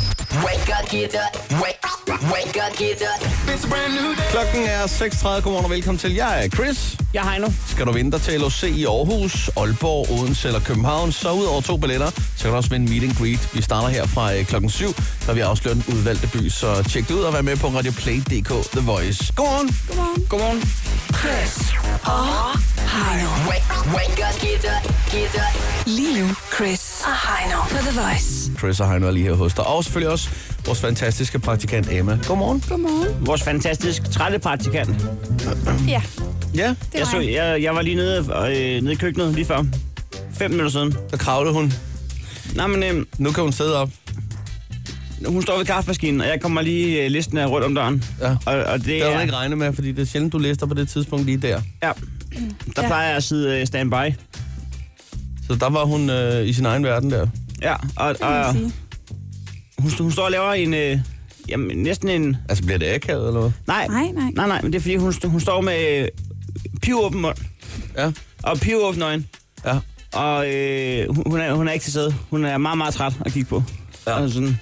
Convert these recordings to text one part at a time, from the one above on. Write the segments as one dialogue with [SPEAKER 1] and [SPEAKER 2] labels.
[SPEAKER 1] Wake up, get up. Wake, wake up, get up. It's a brand new day.
[SPEAKER 2] Klokken er 6.30. Godmorgen og velkommen til. Jeg er Chris.
[SPEAKER 3] Jeg har endnu.
[SPEAKER 2] Skal du vinde dig til LOC i Aarhus, Aalborg, Odense eller København, så ud over to billetter, så kan du også vinde meet and greet. Vi starter her fra øh, klokken 7, når vi afslører den udvalgte by. Så tjek det ud og vær med på radioplay.dk The Voice. Godmorgen.
[SPEAKER 3] Godmorgen. Godmorgen.
[SPEAKER 1] Chris og Heino. Wake, wake up, get up, get up.
[SPEAKER 4] Lige nu, Chris og Heino på The Voice.
[SPEAKER 2] Chris og Heino er lige her hos dig. Og selvfølgelig også vores fantastiske praktikant Emma. Godmorgen.
[SPEAKER 5] Godmorgen.
[SPEAKER 3] Vores fantastisk trætte praktikant.
[SPEAKER 5] Ja,
[SPEAKER 2] Ja,
[SPEAKER 5] det
[SPEAKER 3] Jeg,
[SPEAKER 5] var
[SPEAKER 3] så,
[SPEAKER 5] jeg.
[SPEAKER 3] jeg, jeg var lige nede, øh, nede i køkkenet lige før. Fem minutter siden.
[SPEAKER 2] der kravlede hun.
[SPEAKER 3] Nej, men øh,
[SPEAKER 2] Nu kan hun sidde op.
[SPEAKER 3] hun står ved kaffemaskinen, og jeg kommer lige øh, listen af rundt om døren.
[SPEAKER 2] Ja.
[SPEAKER 3] Og, og det,
[SPEAKER 2] Det havde
[SPEAKER 3] er,
[SPEAKER 2] hun ikke regnet med, fordi det er sjældent, du lister på det tidspunkt lige der.
[SPEAKER 3] ja. Der
[SPEAKER 5] Ja.
[SPEAKER 3] plejer jeg at sidde øh, standby.
[SPEAKER 2] Så der var hun øh, i sin egen verden der.
[SPEAKER 3] Ja, og,
[SPEAKER 5] kan man
[SPEAKER 3] og
[SPEAKER 5] sige.
[SPEAKER 3] hun, hun står og laver en... Øh, jamen, næsten en...
[SPEAKER 2] Altså, bliver det akavet eller hvad?
[SPEAKER 3] Nej,
[SPEAKER 5] Nej, nej.
[SPEAKER 3] nej, nej men det er fordi, hun, hun står med øh, pivåben mund
[SPEAKER 2] Ja,
[SPEAKER 3] og pivåben øjne.
[SPEAKER 2] ja.
[SPEAKER 3] Og øh, hun- hun, er, hun er ikke til stede. Hun er meget, meget træt at kigge på.
[SPEAKER 2] Ja.
[SPEAKER 3] Ja. Og, sådan.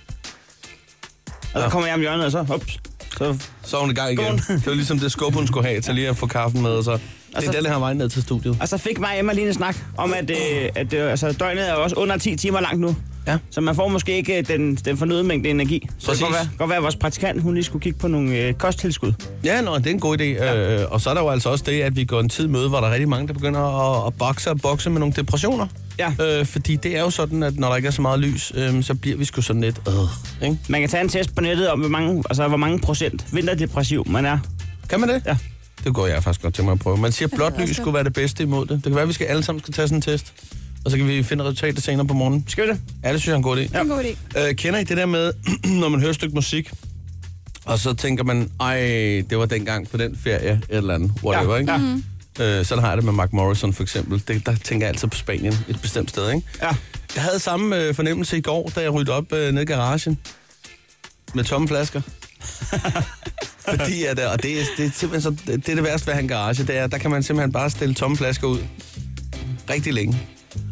[SPEAKER 3] og så
[SPEAKER 2] Ja.
[SPEAKER 3] kommer jeg om hjørnet, og så... Ups, så
[SPEAKER 2] Så er hun i gang igen.
[SPEAKER 3] Godmorgen.
[SPEAKER 2] Det var ligesom det skub, hun skulle have til lige at få kaffen med. Og så. Det er
[SPEAKER 3] så-
[SPEAKER 2] den her vej ned til studiet.
[SPEAKER 3] og så fik mig og Emma lige en snak om, at, øh, at øh, altså, døgnet er jo også under 10 timer langt nu.
[SPEAKER 2] Ja.
[SPEAKER 3] Så man får måske ikke øh, den, den fornødne mængde energi. Så det
[SPEAKER 2] Præcis.
[SPEAKER 3] kan godt være, godt være, at vores praktikant hun lige skulle kigge på nogle øh, kosttilskud.
[SPEAKER 2] Ja, nå, det er en god idé. Ja. Øh, og så er der jo altså også det, at vi går en tid i møde, hvor der er rigtig mange, der begynder at, at bokse og bokse med nogle depressioner.
[SPEAKER 3] Ja.
[SPEAKER 2] Øh, fordi det er jo sådan, at når der ikke er så meget lys, øh, så bliver vi sgu sådan lidt... Øh, ikke?
[SPEAKER 3] Man kan tage en test på nettet om, hvor mange, altså, hvor mange procent vinterdepressiv man er.
[SPEAKER 2] Kan man det?
[SPEAKER 3] Ja.
[SPEAKER 2] Det går jeg faktisk godt til mig at prøve. Man siger, at
[SPEAKER 5] ved
[SPEAKER 2] blåt
[SPEAKER 5] jeg
[SPEAKER 2] lys
[SPEAKER 5] også
[SPEAKER 2] skulle være det bedste imod det. Det kan være, at vi skal alle sammen skal tage sådan en test. Og så kan vi finde resultatet senere på morgenen.
[SPEAKER 3] Skal vi det?
[SPEAKER 2] Ja, det synes jeg er en god idé.
[SPEAKER 5] Det er en god idé.
[SPEAKER 2] Øh, kender I det der med, når man hører et stykke musik, og så tænker man, ej, det var dengang på den ferie, et eller andet, whatever,
[SPEAKER 3] Ja,
[SPEAKER 2] ikke?
[SPEAKER 3] ja.
[SPEAKER 2] Øh, sådan har jeg det med Mark Morrison for eksempel. Det, der tænker jeg altid på Spanien, et bestemt sted, ikke?
[SPEAKER 3] Ja.
[SPEAKER 2] Jeg havde samme øh, fornemmelse i går, da jeg ryddede op øh, nede i garagen med tomme flasker. Fordi at, øh, og det, er- det er simpelthen så, det, er det værste ved at have en garage, det er, at der kan man simpelthen bare stille tomme flasker ud rigtig længe.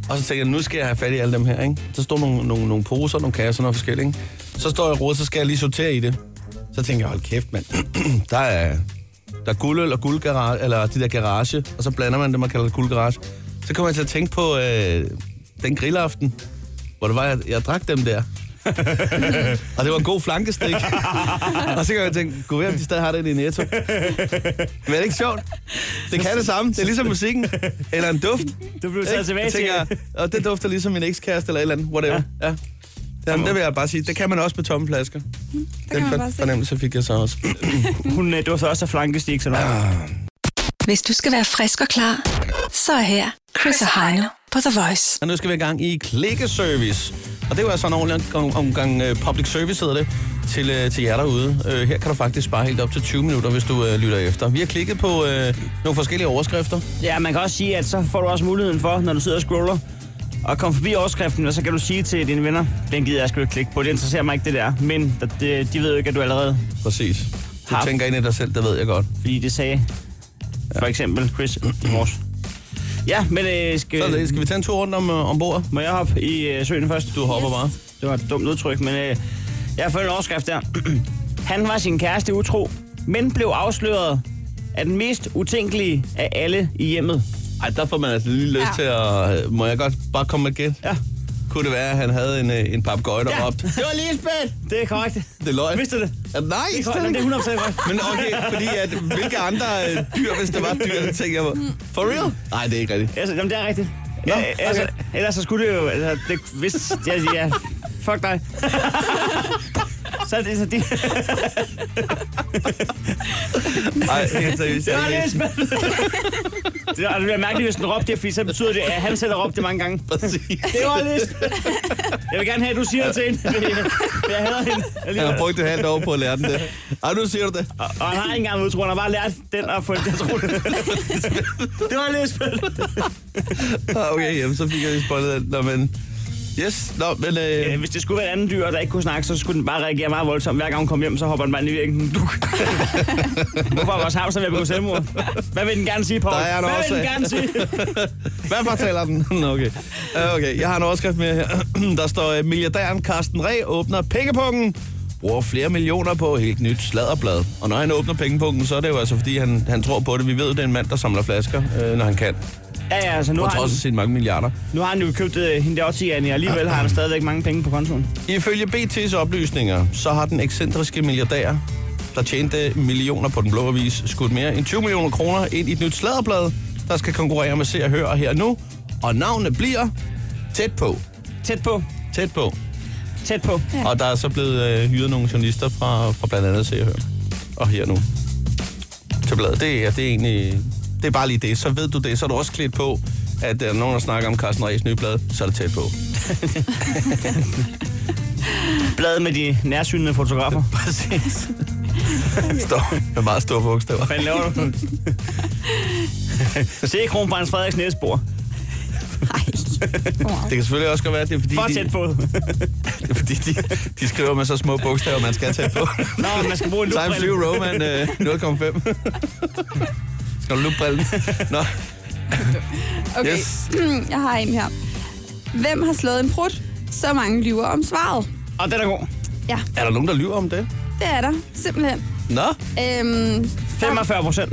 [SPEAKER 2] Og så tænker jeg, nu skal jeg have fat i alle dem her, ikke? Der står nogle, nogle, nogle poser, nogle kasser, noget forskelligt, ikke? Så står jeg og roder, så skal jeg lige sortere i det. Så tænker jeg, hold kæft, mand. der er, der er guld eller guldgarage, eller de der garage, og så blander man det, man kalder det guldgarage. Så kommer jeg til at tænke på øh, den grillaften, hvor det var, jeg, jeg drak dem der. og det var en god flankestik. og så kan jeg tænke, gå ved, om de stadig har den i netto. Men er det ikke sjovt? Det kan det samme. Det er ligesom musikken. Eller en duft.
[SPEAKER 3] Du blev taget
[SPEAKER 2] Ikke?
[SPEAKER 3] tilbage
[SPEAKER 2] Jeg
[SPEAKER 3] til...
[SPEAKER 2] tænker, og det dufter ligesom min ekskæreste eller et eller andet, whatever. Ja. ja. Jamen, det vil jeg bare sige. Det kan man også med tomme flasker.
[SPEAKER 5] kan
[SPEAKER 2] Den
[SPEAKER 5] man
[SPEAKER 2] for-
[SPEAKER 5] bare se.
[SPEAKER 2] fornemmelse fik jeg så også.
[SPEAKER 3] Hun øh, dufter også af flankestik, så noget.
[SPEAKER 4] Hvis du skal være frisk og klar, så er her Chris og Heino på The Voice.
[SPEAKER 2] Og nu skal vi i gang i klikkeservice. Og det var altså en ordentlig omgang, omgang øh, public service, hedder det, til, øh, til jer derude. Øh, Her kan du faktisk spare helt op til 20 minutter, hvis du øh, lytter efter. Vi har klikket på øh, nogle forskellige overskrifter.
[SPEAKER 3] Ja, man kan også sige, at så får du også muligheden for, når du sidder og scroller, og komme forbi overskriften, og så kan du sige til dine venner, den gider jeg sgu ikke klikke på, det interesserer mig ikke det der, men der- det, de ved jo ikke, at du allerede,
[SPEAKER 2] Præcis. Du
[SPEAKER 3] Har-
[SPEAKER 2] tænker ind i dig selv, det ved jeg godt.
[SPEAKER 3] fordi det sagde for eksempel Chris i morges. Ja, men øh, skal,
[SPEAKER 2] Så øh, skal vi tage en tur rundt om, øh, om bordet?
[SPEAKER 3] må jeg hoppe i øh, søen først?
[SPEAKER 2] Du hopper bare.
[SPEAKER 3] Det var et dumt udtryk, men øh, jeg har fået en overskrift der. Han var sin kæreste utro, men blev afsløret af den mest utænkelige af alle i hjemmet.
[SPEAKER 2] Ej, der får man altså lige lyst
[SPEAKER 5] Ja.
[SPEAKER 2] til at... øh, Må jeg godt bare komme med et gæt?
[SPEAKER 3] Ja,
[SPEAKER 2] Kunne det være, at han havde en, øh, en papegøje, der
[SPEAKER 3] Ja.
[SPEAKER 2] råbte? Det var Lisbeth!
[SPEAKER 3] det er korrekt.
[SPEAKER 2] Det er løgn.
[SPEAKER 3] Vidste du det?
[SPEAKER 2] Ja, nej,
[SPEAKER 3] Det er
[SPEAKER 2] stadig
[SPEAKER 3] korrekt, det
[SPEAKER 2] ikke.
[SPEAKER 3] er 100% korrekt.
[SPEAKER 2] Men okay, fordi at, hvilke andre øh, dyr, hvis der var dyr, så tænker jeg på. For real? Nej, det er ikke rigtigt.
[SPEAKER 3] Altså, jamen, det er rigtigt.
[SPEAKER 2] Nå,
[SPEAKER 3] Nå, altså,
[SPEAKER 2] okay.
[SPEAKER 3] Ellers så skulle det jo... Altså, det, hvis, ja, ja, fuck dig. så er det så de...
[SPEAKER 2] Nej, helt seriøst.
[SPEAKER 3] Det
[SPEAKER 2] jeg
[SPEAKER 3] var
[SPEAKER 2] er
[SPEAKER 3] det,
[SPEAKER 2] ikke-
[SPEAKER 3] Esben. Det er- altså, det bliver mærkeligt, hvis den råbte det, fordi så betyder det, at han selv har råbt det mange gange.
[SPEAKER 2] Præcis.
[SPEAKER 3] Det var det, Esben. Jeg vil gerne have, at du siger det til hende. fordi Jeg, jeg hader hende.
[SPEAKER 2] Han har
[SPEAKER 3] Alligevel.
[SPEAKER 2] brugt et halvt år på at lære den det. Ej, nu siger du det.
[SPEAKER 3] Og, og han har ikke engang udtro, han har bare lært den at få den til at tro det. Det var det, Esben.
[SPEAKER 2] Ah, Okay, jamen, så fik jeg lige spottet den. Nå, men... Yes, nå, men... Øh,
[SPEAKER 3] Øh, hvis det skulle være et andet dyr, der ikke kunne snakke, så skulle den bare reagere meget voldsomt. Hver gang hun kom hjem, så hopper den bare ned i væggen. Duk. Hvorfor er vores hamster ved at begå selvmord? Hvad vil den gerne sige, Paul?
[SPEAKER 2] Der er en
[SPEAKER 3] Hvad vil
[SPEAKER 2] årsag.
[SPEAKER 3] den gerne sige?
[SPEAKER 2] Hvad fortæller den? Nå, okay. Ja, okay, jeg har en overskrift med her. Der står, øh, milliardæren Carsten Reh åbner pengepungen. Bruger flere millioner på helt nyt sladderblad. Og når han åbner pengepungen, så er det jo altså, fordi han, han tror på det. Vi ved, det er en mand, der samler flasker, øh, når han kan.
[SPEAKER 3] Ja, ja, altså nu
[SPEAKER 2] På
[SPEAKER 3] har, han,
[SPEAKER 2] trods af sine mange milliarder.
[SPEAKER 3] nu har han jo købt øh, hende der også i og alligevel har han stadigvæk mange penge på kontoen.
[SPEAKER 2] Ifølge BT's oplysninger, så har den ekscentriske milliardær, der tjente millioner på den blå avis, skudt mere end 20 millioner kroner ind i et nyt sladderblad, der skal konkurrere med Se og Hør her og nu. Og navnet bliver tæt på.
[SPEAKER 3] Tæt på.
[SPEAKER 2] Tæt på.
[SPEAKER 3] Tæt på.
[SPEAKER 2] Og der er så blevet øh, hyret nogle journalister fra, fra blandt andet Se og Hør. Og her nu. Til bladet. Det, er, det er egentlig... Det er bare lige det. Så ved du det. Så er du også klædt på, at der er nogen, der snakker om Carsten Rees nye blad. Så er det tæt på.
[SPEAKER 3] Bladet med de nærsynende fotografer.
[SPEAKER 2] Præcis. Står med meget store bogstaver.
[SPEAKER 3] Hvad laver du? Se kronprins Frederiks næsbord.
[SPEAKER 2] Det kan selvfølgelig også godt være, at det er fordi,
[SPEAKER 3] For
[SPEAKER 2] de,
[SPEAKER 3] tæt på.
[SPEAKER 2] det er fordi de, de skriver med så små bogstaver, man skal tage på.
[SPEAKER 3] Nå, man skal bruge en
[SPEAKER 2] Time
[SPEAKER 3] lupbrille.
[SPEAKER 2] Flew Roman øh, 0,5. skal du lukke brillen? Nå,
[SPEAKER 5] Okay, Hmm,
[SPEAKER 2] Yes.
[SPEAKER 5] jeg har en her. Hvem har slået en prut? Så mange lyver om svaret.
[SPEAKER 3] Og den er god.
[SPEAKER 5] Ja,
[SPEAKER 2] er der nogen, der lyver om det?
[SPEAKER 5] det er der, simpelthen.
[SPEAKER 2] Nå,
[SPEAKER 5] Øhm,
[SPEAKER 3] 45 procent.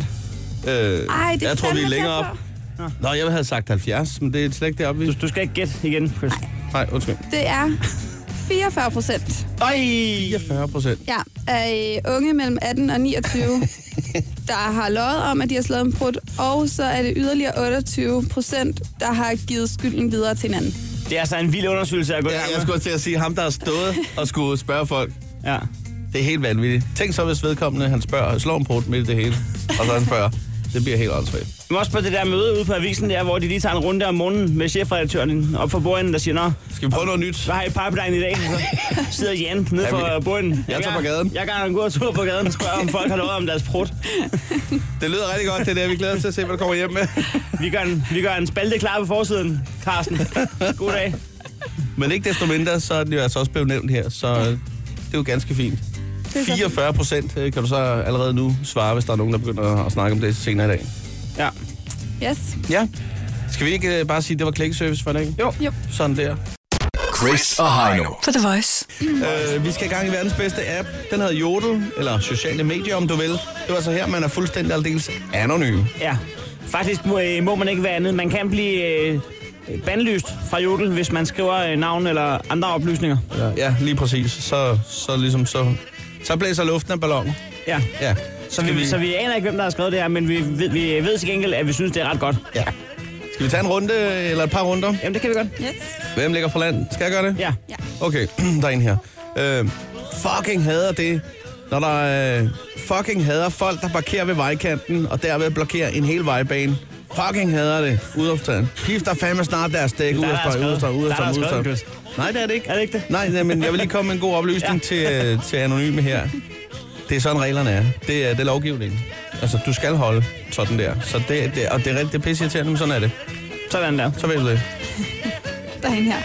[SPEAKER 2] øh,
[SPEAKER 5] Ej, det er
[SPEAKER 2] jeg tror, vi er
[SPEAKER 5] fandme
[SPEAKER 2] længere
[SPEAKER 5] tæt
[SPEAKER 2] op. Nå, jeg havde sagt 70, men det er slet ikke deroppe.
[SPEAKER 3] Du,
[SPEAKER 2] vi-
[SPEAKER 3] du skal ikke gætte igen, Chris.
[SPEAKER 2] Nej, undskyld.
[SPEAKER 5] Det er 44 procent
[SPEAKER 3] Ej!
[SPEAKER 2] 40 procent.
[SPEAKER 5] ja, af unge mellem 18 og 29, der har løjet om, at de har slået en prut. Og så er det yderligere 28 procent, der har givet skylden videre til hinanden.
[SPEAKER 3] Det er altså en vild undersøgelse at gå i
[SPEAKER 2] Ja,
[SPEAKER 3] gang
[SPEAKER 2] jeg
[SPEAKER 3] med.
[SPEAKER 2] skulle til at sige, ham der har stået og skulle spørge folk,
[SPEAKER 3] Ja.
[SPEAKER 2] det er helt vanvittigt. Tænk så, hvis vedkommende, han spørger, slår en pot midt i det hele, og så han spørger, det bliver helt åndssvagt.
[SPEAKER 3] Men også på det der møde ude på avisen der, hvor de lige tager en runde om morgenen med chefredaktøren op for bordenden, der siger, Nå,
[SPEAKER 2] Skal vi prøve noget nyt?
[SPEAKER 3] hvad har I i pipeline i dag? Så sidder Jan nede
[SPEAKER 2] Ja,
[SPEAKER 3] for
[SPEAKER 2] vi-
[SPEAKER 3] bordenden.
[SPEAKER 2] Jeg tager på
[SPEAKER 3] gør-
[SPEAKER 2] gaden.
[SPEAKER 3] Jeg gør en god tur på gaden og spørger, om folk har lovet om deres prut.
[SPEAKER 2] Det lyder rigtig godt, det der. Vi glæder os til at se, hvad du kommer hjem med.
[SPEAKER 3] Vi gør en, vi gør en spalte klar på forsiden, Carsten. God dag.
[SPEAKER 2] Men ikke desto mindre, så er den jo altså også blevet nævnt her, så øh, det er jo ganske fint.
[SPEAKER 5] så fint.
[SPEAKER 2] 44 procent øh, kan du så allerede nu svare, hvis der er nogen, der begynder at snakke om det senere i dag.
[SPEAKER 3] Ja.
[SPEAKER 5] Yes.
[SPEAKER 2] Ja. Skal vi ikke øh, bare sige, at det var klikkeservice for i dag?
[SPEAKER 5] Jo.
[SPEAKER 2] Sådan der.
[SPEAKER 1] Chris og Heino.
[SPEAKER 4] På The Voice.
[SPEAKER 2] Øh, vi skal i gang i verdens bedste app. Den hedder Jodel, eller sociale medier, om du vil. Det var så her, man er fuldstændig aldeles anonym.
[SPEAKER 3] Ja. Faktisk må, øh, må man ikke være andet. Man kan blive øh, bandlyst fra Jodel, hvis man skriver øh, navn eller andre oplysninger.
[SPEAKER 2] Ja, ja lige præcis. Så, så ligesom så... Så blæser luften af ballonen.
[SPEAKER 3] Ja.
[SPEAKER 2] Ja.
[SPEAKER 3] Så vi, vi, så vi aner ikke, hvem der har skrevet det her, men vi ved, vi ved til gengæld, at vi synes, det er ret godt.
[SPEAKER 2] Ja. Skal vi tage en runde, eller et par runder?
[SPEAKER 3] Jamen, det kan vi godt.
[SPEAKER 5] Yes.
[SPEAKER 2] Hvem ligger for land? Skal jeg gøre det?
[SPEAKER 3] Ja.
[SPEAKER 5] Ja.
[SPEAKER 2] Okay, der er en her. Øh, fucking hader det, når der øh, fucking hader folk, der parkerer ved vejkanten, og derved blokerer en hel vejbane. Fucking hader det. Udopstaden. Pif, der fandme snart deres dæk.
[SPEAKER 3] der er
[SPEAKER 2] Udopstaden,
[SPEAKER 3] skrevet.
[SPEAKER 2] udopstaden,
[SPEAKER 3] Der er der
[SPEAKER 2] udopstaden,
[SPEAKER 3] skrevet,
[SPEAKER 2] udopstaden. Nej, det er det ikke.
[SPEAKER 3] Er det ikke det?
[SPEAKER 2] Nej, nej, men jeg vil lige komme med en god oplysning ja. til, øh, til anonyme her. Det er sådan reglerne er. Det er, det er lovgivningen. Altså, du skal holde sådan der. Så det, det, og det er rigtig det er pisseirriterende, men sådan er det.
[SPEAKER 3] Sådan der.
[SPEAKER 2] Så ved du det.
[SPEAKER 5] Der er en her.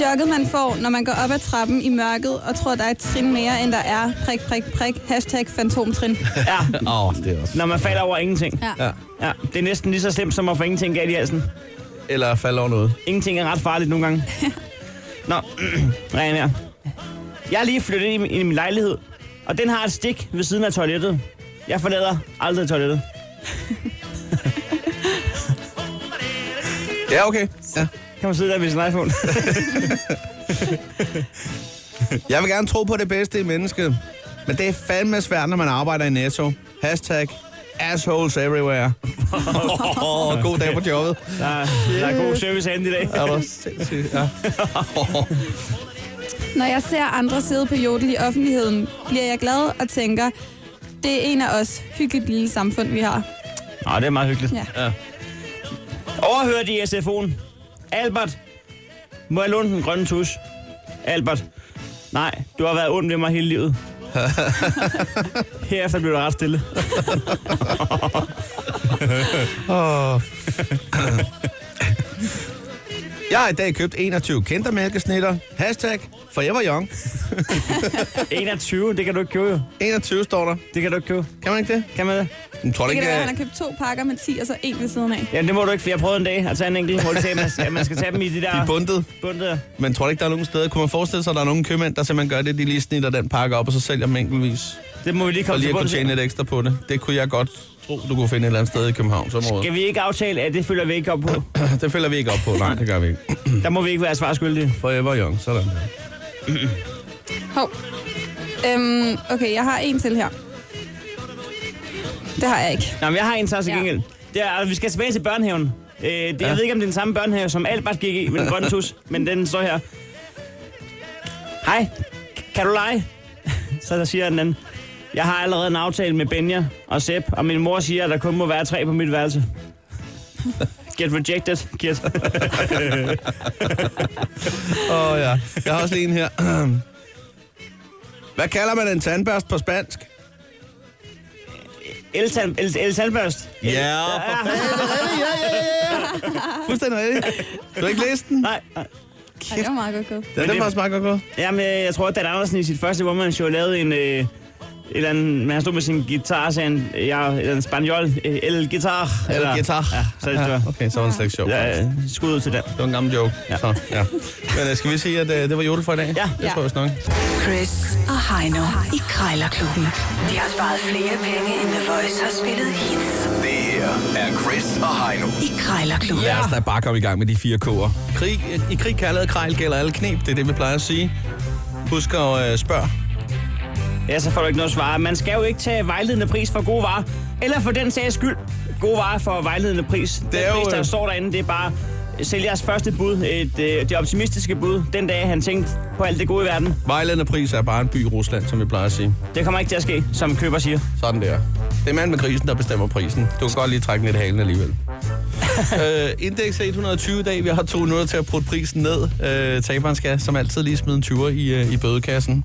[SPEAKER 5] Chokket man får, når man går op ad trappen i mørket og tror, der er et trin mere, end der er. Prik, prik, prik. Hashtag fantomtrin.
[SPEAKER 3] Ja.
[SPEAKER 2] Åh, oh, det er også.
[SPEAKER 3] Når man falder over ingenting.
[SPEAKER 5] Ja.
[SPEAKER 2] Ja.
[SPEAKER 3] Ja. Det er næsten lige så slemt som at få ingenting galt i halsen.
[SPEAKER 2] Eller falde over noget.
[SPEAKER 3] Ingenting er ret farligt nogle gange. Nå, ren her. Jeg er lige flyttet ind i min- i min lejlighed, og den har et stik ved siden af toilettet. Jeg forlader aldrig toilettet.
[SPEAKER 2] Ja, okay. Ja.
[SPEAKER 3] Kan man sidde der med sin iPhone?
[SPEAKER 2] Jeg vil gerne tro på det bedste i mennesket, men det er fandme svært, når man arbejder i Netto. Hashtag assholes everywhere. oh, god dag på jobbet.
[SPEAKER 3] Der, er- der er god service herinde i dag.
[SPEAKER 2] Er du sindssygt? Ja.
[SPEAKER 5] Når jeg ser andre sidde på jodel i offentligheden, bliver jeg glad og tænker, det er en af os. Hyggeligt lille samfund, vi har.
[SPEAKER 3] Nå, det er meget hyggeligt.
[SPEAKER 5] Ja.
[SPEAKER 3] Overhørte i SFO'en. Albert, må jeg låne den grønne tus? Albert, nej, du har været ond ved mig hele livet. Herefter blev du ret stille.
[SPEAKER 2] Åh. Jeg har i dag købt 21 kindermælkesnitter. Hashtag forever young.
[SPEAKER 3] 21, det kan du ikke købe jo.
[SPEAKER 2] 21 står der.
[SPEAKER 3] Det kan du ikke købe.
[SPEAKER 2] Kan man ikke det?
[SPEAKER 3] Kan man det?
[SPEAKER 2] Jeg tror du
[SPEAKER 5] Det
[SPEAKER 2] ikke,
[SPEAKER 5] kan
[SPEAKER 2] øh,
[SPEAKER 5] da være, at
[SPEAKER 2] at...
[SPEAKER 5] han har købt to pakker med 10, og så en ved siden af.
[SPEAKER 3] Jamen, det må du ikke, for jeg prøvede en dag at tage en enkelt hurtig tag. Man skal, man skal tage dem i de der
[SPEAKER 2] de er bundet.
[SPEAKER 3] bundet.
[SPEAKER 2] Men tror du ikke, der er nogen steder? Kunne man forestille sig, at der er nogen købmænd, der simpelthen gør det, de lige snitter den pakke op, og så sælger dem enkeltvis?
[SPEAKER 3] Det må vi lige
[SPEAKER 2] For
[SPEAKER 3] komme
[SPEAKER 2] lige
[SPEAKER 3] til
[SPEAKER 2] at kunne
[SPEAKER 3] bunds.
[SPEAKER 2] tjene
[SPEAKER 3] i.
[SPEAKER 2] lidt ekstra på det. Det kunne jeg godt tro, du kunne finde et eller andet sted i Københavnsområdet.
[SPEAKER 3] Kan vi ikke aftale, at det følger vi ikke op på?
[SPEAKER 2] Det følger vi ikke op på. Nej, det gør vi ikke.
[SPEAKER 3] Der må vi ikke være svarskyldige.
[SPEAKER 2] Forever young, sådan. der.
[SPEAKER 5] Hov. Øhm, okay, jeg har en til her. Det har jeg ikke.
[SPEAKER 3] Nå, men jeg har en så til
[SPEAKER 5] Ja.
[SPEAKER 3] gengæld. Det er, altså, vi skal tilbage til børnehaven. Øh, det,
[SPEAKER 2] Ja.
[SPEAKER 3] Jeg ved ikke, om det er den samme børnehave, som Albert gik i med den grønne tus, men den står her. Hej, k- kan du lege? så der siger den anden, jeg har allerede en aftale med Benja og Sepp, og min mor siger, at der kun må være tre på mit værelse. Get rejected, Kit.
[SPEAKER 2] Åh oh, ja. Jeg har også lige en her. Hvad kalder man en tandbørst på spansk?
[SPEAKER 3] El, el, el Sandbørst. El-
[SPEAKER 2] Ja, for fanden. Det er rigtigt. Ja, ja, ja, ja. Fuldstændig rigtigt. Du har ikke læst den?
[SPEAKER 3] Nej, nej.
[SPEAKER 5] Ej, det var meget godt gået.
[SPEAKER 2] Ja,
[SPEAKER 3] Men
[SPEAKER 2] den
[SPEAKER 3] det-
[SPEAKER 2] var også meget godt gået.
[SPEAKER 3] Jamen, øh, jeg tror, at Dan Andersen i sit første one-man-show lavede en... Øh, et eller andet, men han stod med sin guitar og sagde, han, jeg er en spanjol, øh, el guitar.
[SPEAKER 2] Eller guitar.
[SPEAKER 3] Ja, så det var.
[SPEAKER 2] Ja, okay, så var det slet ikke sjovt.
[SPEAKER 3] Ja,
[SPEAKER 2] faktisk.
[SPEAKER 3] øh, skud ud til den.
[SPEAKER 2] Det var en gammel joke.
[SPEAKER 3] Ja.
[SPEAKER 2] Så, ja. Men øh, skal vi sige, at øh, det var jule for i dag?
[SPEAKER 3] Ja.
[SPEAKER 2] Det tror jeg vist nok.
[SPEAKER 4] Chris og Heino i Krejlerklubben.
[SPEAKER 1] De har sparet flere penge, end The Voice har spillet hits
[SPEAKER 6] Det her er Chris og Heino.
[SPEAKER 4] I Krejlerklubben.
[SPEAKER 2] Lad os da bare komme i gang med de fire K'er. Krig, øh, I krig, kærlighed og krejl gælder alle knep. Det er det, vi plejer at sige. Husk at øh, spørge.
[SPEAKER 3] Ja, så får du ikke noget svar. Man skal jo ikke tage vejledende pris for gode varer, eller for den sags skyld, gode varer for vejledende pris. Det
[SPEAKER 2] er
[SPEAKER 3] den
[SPEAKER 2] jo,
[SPEAKER 3] pris, der
[SPEAKER 2] øh,
[SPEAKER 3] står derinde, det er bare øh, sælgers første bud, et, øh, det optimistiske bud, den dag han tænkte på alt det gode i verden.
[SPEAKER 2] Vejledende pris er bare en by i Rusland, som vi plejer at sige.
[SPEAKER 3] Det kommer ikke til at ske, som køber siger.
[SPEAKER 2] Sådan der. Det er mand med grisen, der bestemmer prisen. Du kan godt lige trække den lidt i halen alligevel. øh, indeks er 120 i dag. Vi har to minutter til at putte prisen ned. Øh, taberen skal som altid lige smide en 20'er i, øh, i bødekassen.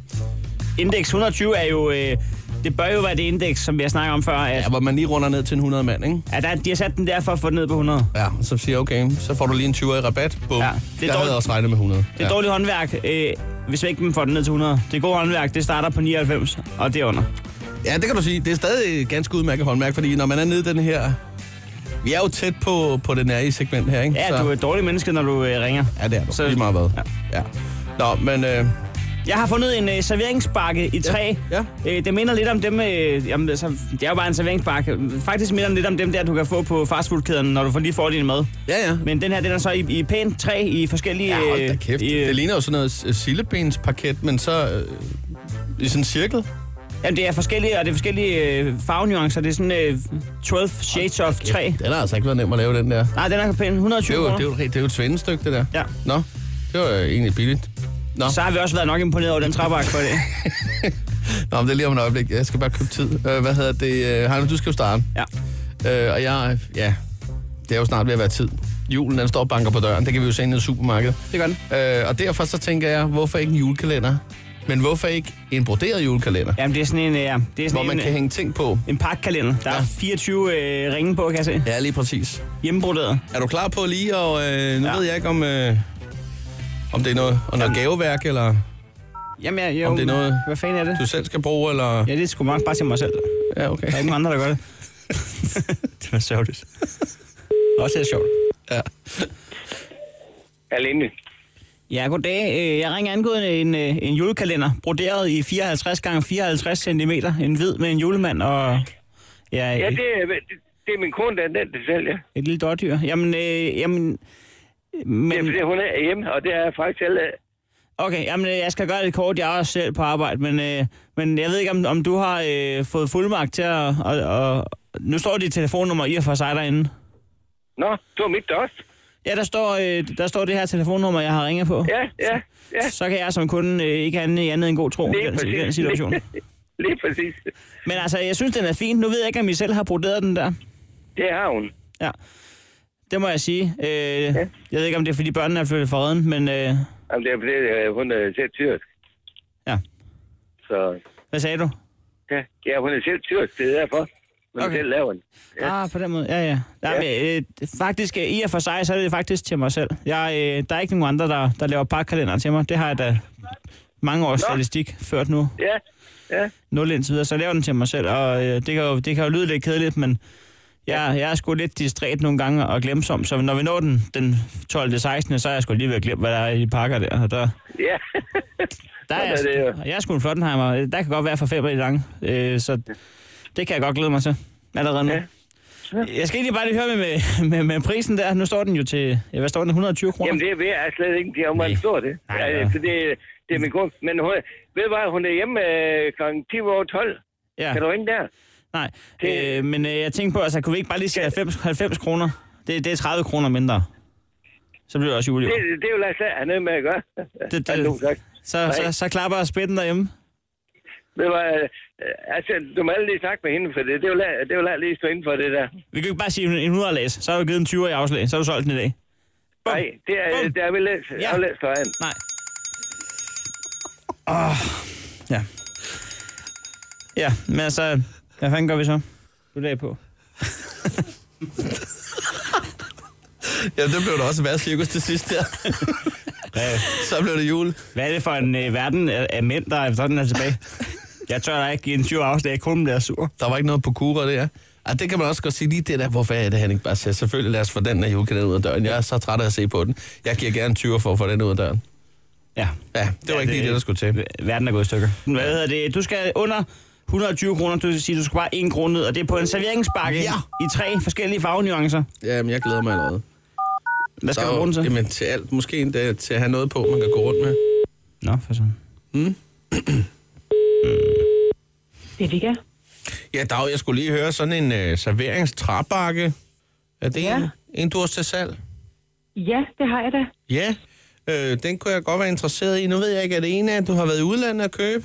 [SPEAKER 3] Indeks 120 er jo... Øh, det bør jo være det indeks, som vi har snakket om før, at,
[SPEAKER 2] Ja, hvor man lige runder ned til en 100 mand, ikke?
[SPEAKER 3] at der, de har sat den der for at få den ned på 100.
[SPEAKER 2] Ja, og så siger jeg, okay, så får du lige en 20'er i rabat. Bum. Ja,
[SPEAKER 3] Ja,
[SPEAKER 2] det er
[SPEAKER 3] det
[SPEAKER 2] jeg
[SPEAKER 3] er
[SPEAKER 2] havde
[SPEAKER 3] dårligt.
[SPEAKER 2] også regnet med 100.
[SPEAKER 3] Det er
[SPEAKER 2] ja.
[SPEAKER 3] dårligt håndværk, øh, hvis vi ikke får den ned til 100. Det gode håndværk, det starter på 99 og derunder.
[SPEAKER 2] ja, det kan du sige. Det er stadig et ganske udmærket håndværk, fordi når man er nede i den her... Vi er jo tæt på, på det nære i segment her, ikke?
[SPEAKER 3] Ja,
[SPEAKER 2] så,
[SPEAKER 3] du er et dårligt menneske, når du øh, ringer.
[SPEAKER 2] Ja, det er du. Så...
[SPEAKER 3] så-
[SPEAKER 2] Lige meget hvad. Ja. ja. Nå, men... Øh,
[SPEAKER 3] Jeg har fundet en øh, serveringsbakke i træ.
[SPEAKER 2] Ja,
[SPEAKER 3] Øh, det minder lidt om dem... Øh, jamen, altså, det er jo bare en serveringsbakke. Faktisk minder den lidt om dem der, du kan få på fastfoodkæden, når du får- lige får din mad.
[SPEAKER 2] ja, ja.
[SPEAKER 3] Men den her, den er så i, i pænt træ i forskellige...
[SPEAKER 2] Ja, hold da
[SPEAKER 3] øh,
[SPEAKER 2] kæft.
[SPEAKER 3] i,
[SPEAKER 2] Øh,
[SPEAKER 3] øh,
[SPEAKER 2] det ligner jo sådan noget s- sillebensparket, men så øh, i sådan en cirkel.
[SPEAKER 3] Jamen, det er forskellige, og det er forskellige øh, farvenuancer. Det er sådan øh, 12 shades of 3.
[SPEAKER 2] Den har altså ikke været nem at lave, den der.
[SPEAKER 3] Nej, den er pæn.
[SPEAKER 2] Det
[SPEAKER 3] 120
[SPEAKER 2] er jo, det
[SPEAKER 3] kroner.
[SPEAKER 2] er jo, et rigt- det er jo et svendestykke, det der.
[SPEAKER 3] Ja.
[SPEAKER 2] Nå, det var øh, egentlig billigt. Nå.
[SPEAKER 3] Så har vi også været nok imponeret over den træbakke for det.
[SPEAKER 2] Nå, men det er lige om et øjeblik. Jeg skal bare købe tid. Øh, hvad hedder det? Øh, Heino, du skal jo starte.
[SPEAKER 3] Ja.
[SPEAKER 2] Øh, og jeg, ja, det er jo snart ved at være tid. Julen, den står og banker på døren. Det kan vi jo se inde i supermarkedet.
[SPEAKER 3] Det gør den.
[SPEAKER 2] Øh, og derfor så tænker jeg, hvorfor ikke en julekalender? Men hvorfor ikke en broderet julekalender?
[SPEAKER 3] Jamen, det er sådan en, ja, det er
[SPEAKER 2] Hvor
[SPEAKER 3] sådan
[SPEAKER 2] man
[SPEAKER 3] en, øh,
[SPEAKER 2] kan hænge ting på.
[SPEAKER 3] en pakkalender. Der er 24 øh, ringe på, kan jeg se.
[SPEAKER 2] Ja, lige præcis.
[SPEAKER 3] Hjemmebroderet.
[SPEAKER 2] Er du klar på lige, og øh, nu ja.
[SPEAKER 3] Ja.
[SPEAKER 2] ved jeg ikke, om, øh, om det er noget, om noget gaveværk, eller
[SPEAKER 3] Jamen, jeg, jo,
[SPEAKER 2] Om det er noget-
[SPEAKER 3] Hvad fanden er det?
[SPEAKER 2] du selv skal bruge, eller...
[SPEAKER 3] Ja, det er sgu nok bare til mig selv. Der
[SPEAKER 2] Ja, okay.
[SPEAKER 3] er ikke nogen andre, der gør det. det var sørgeligt. Også er sjovt.
[SPEAKER 2] Ja.
[SPEAKER 7] Alene.
[SPEAKER 3] Ja, goddag. Øh, Jeg ringer angående en, øh, en julekalender, broderet i 54 x 54 cm. En hvid med en julemand og ja,
[SPEAKER 7] Ja,
[SPEAKER 3] et,
[SPEAKER 7] det, er- det, det er min kone, der er den, der sælger.
[SPEAKER 3] et lille dårdyr. Jamen, øh, jamen, øh,
[SPEAKER 7] Det er,
[SPEAKER 3] men,
[SPEAKER 7] fordi hun er hjemme, og det er jeg faktisk øh. alle.
[SPEAKER 3] okay, jamen, øh, jeg skal gøre det kort. Jeg er også selv på arbejde, men, øh, men jeg ved ikke, om, om du har øh, fået fuldmagt til at... Og, og, nu står dit telefonnummer i og for sig derinde.
[SPEAKER 7] Nå, det var mit også.
[SPEAKER 3] Ja, der står, øh, der står det her telefonnummer, jeg har ringet på.
[SPEAKER 7] Ja, ja, ja.
[SPEAKER 3] Så kan jeg som kunde øh, ikke have andet- andet end god tro i
[SPEAKER 7] Lige
[SPEAKER 3] den, i
[SPEAKER 7] præcis.
[SPEAKER 3] den situation.
[SPEAKER 7] Lige præcis.
[SPEAKER 3] Men altså, jeg synes, den er fin. Nu ved jeg ikke, om I selv har broderet den der.
[SPEAKER 7] Det har hun.
[SPEAKER 3] Ja, det må jeg sige. Øh, Jeg ved ikke, om det er, fordi børnene er flyttet fra redden, men øh,
[SPEAKER 7] Jamen, det er fordi, øh, hun er selv tyrk.
[SPEAKER 3] ja.
[SPEAKER 7] Så
[SPEAKER 3] Hvad sagde du?
[SPEAKER 7] ja, ja hun er selv tyrk, det er derfor. når okay.
[SPEAKER 2] Okay.
[SPEAKER 7] man selv laver den.
[SPEAKER 3] Ja. Ah, på den måde. Ja, ja. Nej, ja. Men, øh, faktisk, øh, i og for sig, så er det faktisk til mig selv. Jeg, øh, der er ikke nogen andre, der, der laver pakkalender til mig. Det har jeg da mange års statistik ført nu.
[SPEAKER 7] Ja, ja.
[SPEAKER 3] Nul indtil videre, så jeg laver den til mig selv. Og øh, det, kan jo, det kan jo lyde lidt kedeligt, men jeg, jeg er sgu lidt distræt nogle gange og glemsom. Så når vi når den, den 12. 16. så er jeg sgu lige ved at glemme, hvad der er i de pakker der. Og der,
[SPEAKER 7] Ja,
[SPEAKER 3] der er,
[SPEAKER 7] Sådan er
[SPEAKER 3] jeg,
[SPEAKER 7] det
[SPEAKER 3] jeg er sgu en flottenheimer. Der kan godt være for fem i lange. Øh, så det kan jeg godt glæde mig til. Allerede nu.
[SPEAKER 7] Ja.
[SPEAKER 3] Jeg skal egentlig bare lige høre med, med, med, med prisen der. Nu står den jo til, ja, hvad står den, 120 kroner?
[SPEAKER 7] jamen det ved jeg slet ikke, det er, om man
[SPEAKER 3] Nej.
[SPEAKER 7] står det.
[SPEAKER 3] Nej,
[SPEAKER 7] Ja,
[SPEAKER 3] ja.
[SPEAKER 7] så det, det er min kone. Men hun, ved du hvad, hun er hjemme øh, kl. 10 over 12.
[SPEAKER 3] ja.
[SPEAKER 7] Kan du ringe der?
[SPEAKER 3] Nej,
[SPEAKER 7] Det-
[SPEAKER 3] øh, men øh, jeg tænkte på, altså kunne vi ikke bare lige sige 90, 90 kroner? Det, det er 30 kroner mindre. Så bliver det også jul. jo.
[SPEAKER 7] Det, det vil jeg slet have noget med at gøre.
[SPEAKER 3] Det,
[SPEAKER 7] Ja, nu, tak.
[SPEAKER 3] det, så, så, så klapper spætten derhjemme.
[SPEAKER 7] Ved du hvad, øh, altså, du må aldrig lige snakke med hende for det. Det vil jeg, det vil jeg lige stå inden for det der.
[SPEAKER 3] Vi kan jo ikke bare sige en- en 100 læs. Så har du givet en 20 i afslag. Så har du solgt den i dag. Bum.
[SPEAKER 7] Nej, det er,
[SPEAKER 3] Bum.
[SPEAKER 7] det er vel lidt
[SPEAKER 3] Ja.
[SPEAKER 7] aflæst for en.
[SPEAKER 3] Nej. Oh, ja. Ja, men altså, hvad fanden gør vi så? Du lagde på.
[SPEAKER 2] Ja, det blev da også værd cirkus til sidst der. så blev det jul.
[SPEAKER 3] Hvad er det for en øh, verden af, af mænd, der er sådan er tilbage? Jeg tør da ikke give en 20 afslag, kun bliver sur.
[SPEAKER 2] Der var ikke noget på kura der. Ah, det kan man også godt sige lige det der, hvorfor er det, han ikke bare siger, selvfølgelig lad os få den her julekalender ud af døren. Jeg er så træt af at se på den. Jeg giver gerne 20 for at få den ud af døren.
[SPEAKER 3] Ja.
[SPEAKER 2] Ja, det var
[SPEAKER 3] Ja,
[SPEAKER 2] ikke lige det, der skulle til.
[SPEAKER 3] Verden er gået i stykker. Hvad hedder det? Du skal under 120 kroner, du skal sige, du skal bare en krone ned, og det er på en serveringsbakke
[SPEAKER 2] Ja.
[SPEAKER 3] i tre forskellige farvenuancer.
[SPEAKER 2] Jamen, jeg glæder mig allerede.
[SPEAKER 3] Hvad skal du bruge den til?
[SPEAKER 2] Jamen, til alt. Måske endda til at have noget på, man kan gå rundt med.
[SPEAKER 3] Nå, for sådan.
[SPEAKER 8] Det er Vika.
[SPEAKER 2] Ja, Dag, jeg skulle lige høre sådan en øh, serveringstræbakke. Er det ja.
[SPEAKER 8] Ja.
[SPEAKER 2] en, en, du har til salg?
[SPEAKER 8] Ja, det har jeg da.
[SPEAKER 2] Ja. Øh, den kunne jeg godt være interesseret i. Nu ved jeg ikke, er det en af, du har været i udlandet at købe?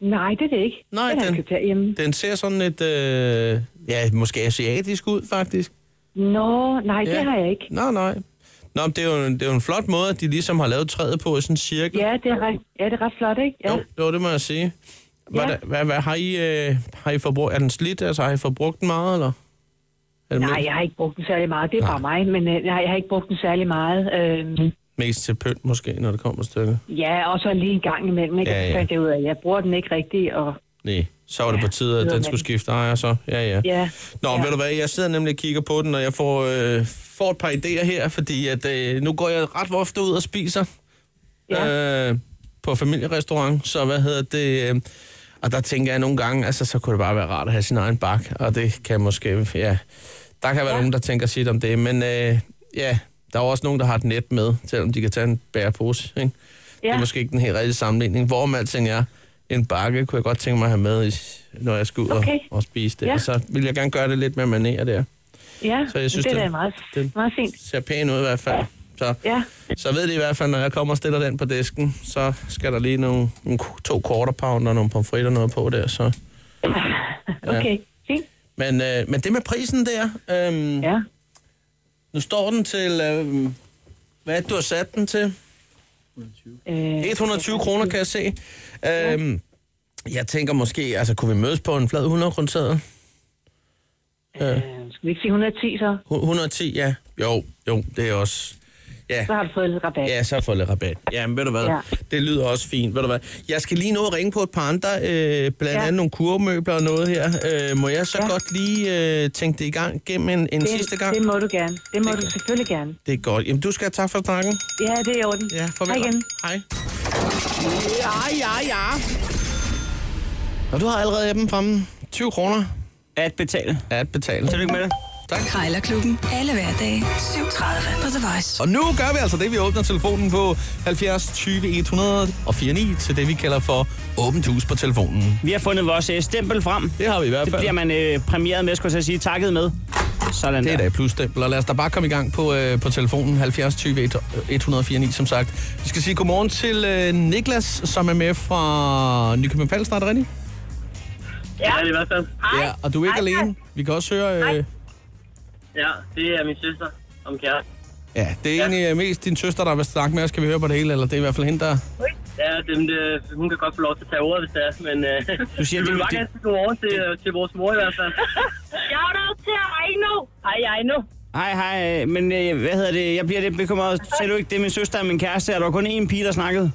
[SPEAKER 8] Nej, det er det ikke.
[SPEAKER 2] Nej,
[SPEAKER 8] den... er
[SPEAKER 2] den-
[SPEAKER 8] jeg skal tage hjemme.
[SPEAKER 2] Den ser sådan lidt, øh, ja, måske asiatisk ud, faktisk.
[SPEAKER 8] Nå, nej,
[SPEAKER 2] Ja.
[SPEAKER 8] det har jeg ikke.
[SPEAKER 2] Nej, nej. Nå, men det er, jo en, det er jo en flot måde, at de ligesom har lavet træet på i sådan en cirkel.
[SPEAKER 8] Ja, det er, ret, ja, det er ret flot, ikke? Ja.
[SPEAKER 2] Jo, jo, det må jeg sige. Hvad,
[SPEAKER 8] Ja.
[SPEAKER 2] ja. hvad, hvad har I, øh, har I forbrugt, er den slidt, altså har I forbrugt den meget, eller? Er det
[SPEAKER 8] Nej,
[SPEAKER 2] mest-
[SPEAKER 8] jeg har ikke brugt den særlig meget. Det er bare mig, men øh, nej, jeg har ikke brugt den særlig meget. Øhm,
[SPEAKER 2] Mest til pynt måske, når det kommer stykket.
[SPEAKER 8] ja, og så lige en gang imellem, ikke?
[SPEAKER 2] Ja,
[SPEAKER 8] Ja,
[SPEAKER 2] ja.
[SPEAKER 8] ja. fandt jeg ud af, at jeg bruger den ikke rigtigt, og
[SPEAKER 2] Nej, så var det på tide, at
[SPEAKER 8] det var
[SPEAKER 2] den skulle
[SPEAKER 8] manden.
[SPEAKER 2] skifte ejer så. Ja, ja.
[SPEAKER 8] ja.
[SPEAKER 2] Nå,
[SPEAKER 8] ja.
[SPEAKER 2] ja. ved du hvad, jeg sidder nemlig og kigger på den, og jeg får, øh, får et par idéer her, fordi at, øh, nu går jeg ret ofte ud og spiser ja. øh, på familierestaurant, så hvad hedder det... Øh, og der tænker jeg nogle gange, altså så kunne det bare være rart at have sin egen bak, og det kan måske, ja... Der kan være ja. nogen, der tænker sit om det, men øh, ja, der er jo også nogen, der har et net med, selvom de kan tage en bærepose, ikke? Ja. Det er
[SPEAKER 8] Ja.
[SPEAKER 2] måske ikke den helt rigtige sammenligning. Hvorom alting er, en bakke kunne jeg godt tænke mig at have med, i- når jeg skal ud
[SPEAKER 8] Okay.
[SPEAKER 2] og, og spise det.
[SPEAKER 8] Ja.
[SPEAKER 2] Og så vil jeg gerne gøre det lidt med manér der.
[SPEAKER 8] ja.
[SPEAKER 2] så jeg synes,
[SPEAKER 8] det er
[SPEAKER 2] den-
[SPEAKER 8] da meget,
[SPEAKER 2] den-
[SPEAKER 8] meget fint.
[SPEAKER 2] Ser pæn ud i hvert fald. Så,
[SPEAKER 8] Ja.
[SPEAKER 2] så ved de i hvert fald, når jeg kommer og stiller den på disken, så skal der lige nogle, nogle k- to quarter pound og nogle pomfritter noget på der. Så.
[SPEAKER 8] Okay, fint.
[SPEAKER 2] Men, øh, men det med prisen der, øhm, ja.
[SPEAKER 8] Ja.
[SPEAKER 2] nu står den til, øhm, hvad er det, du har sat den til?
[SPEAKER 8] Øh,
[SPEAKER 2] 120 kroner, kan jeg se. Øhm, jeg tænker måske, altså kunne vi mødes på en flad 100 kroner
[SPEAKER 8] øh, skal vi ikke sige 110, så?
[SPEAKER 2] 110, ja. Jo, jo, det er også... Ja,
[SPEAKER 8] Så har du fået lidt rabat.
[SPEAKER 2] ja så har jeg fået lidt rabat. Jamen, ved du hvad,
[SPEAKER 8] Ja.
[SPEAKER 2] det lyder også fint. Ved du hvad, jeg skal lige nå at ringe på et par andre, øh, blandt
[SPEAKER 8] Ja.
[SPEAKER 2] andet nogle kurvemøbler og noget her. Øh, må jeg så
[SPEAKER 8] Ja.
[SPEAKER 2] godt lige øh, tænke det i gang gennem en, en sidste gang?
[SPEAKER 8] det
[SPEAKER 2] Det,
[SPEAKER 8] må du gerne. Det må du selvfølgelig gerne.
[SPEAKER 2] det er godt. Jamen, du skal have tak for snakken.
[SPEAKER 8] Ja, det er i orden.
[SPEAKER 2] Ja, farvel.
[SPEAKER 8] Hej igen.
[SPEAKER 2] Hej. Ja, ja, ja. Og du har allerede appen fremme. 20 kroner
[SPEAKER 3] At betale.
[SPEAKER 2] er at betale.
[SPEAKER 3] Tillykke med det.
[SPEAKER 4] Krejlerklubben. Alle hverdage. 7.30 på The Voice.
[SPEAKER 2] Og nu gør vi altså det, vi åbner telefonen på 70 20 100 og 49 til det, vi kalder for åbent hus på telefonen.
[SPEAKER 3] Vi har fundet vores øh, stempel frem.
[SPEAKER 2] Det har vi i hvert
[SPEAKER 3] Det
[SPEAKER 2] fald.
[SPEAKER 3] bliver man øh, præmieret med, skulle jeg til at sige, takket med. Sådan
[SPEAKER 2] Det er
[SPEAKER 3] der.
[SPEAKER 2] da et plusstempel, og lad os da bare komme i gang på, øh, på telefonen 70 20 et- 149, som sagt. Vi skal sige godmorgen til øh, Niklas, som er med fra Nykøbing Falster, er det rigtigt?
[SPEAKER 9] Ja, det var så.
[SPEAKER 2] Ja, og du er ikke alene. Vi kan også høre... Øh,
[SPEAKER 9] Ja, det er min søster om kæresten.
[SPEAKER 2] ja, det er egentlig øh, mest din søster, der vil snakke med os. Kan vi høre på det hele, eller det er i hvert fald hende, der...
[SPEAKER 9] Ja, dem, det, hun kan godt få lov til at tage ordet, hvis det er, men øh,
[SPEAKER 3] Du siger,
[SPEAKER 9] vi
[SPEAKER 3] det-
[SPEAKER 9] vil bare
[SPEAKER 3] det-
[SPEAKER 9] gerne sige godmorgen til, øh, til vores mor i hvert fald.
[SPEAKER 10] Shout out til Ejno. Hej, Ejno.
[SPEAKER 3] Hej, hej, men øh, hvad hedder det? Jeg bliver lidt bekymret. Sagde du ikke, det er min søster og min kæreste, og der var kun én pige, der snakkede?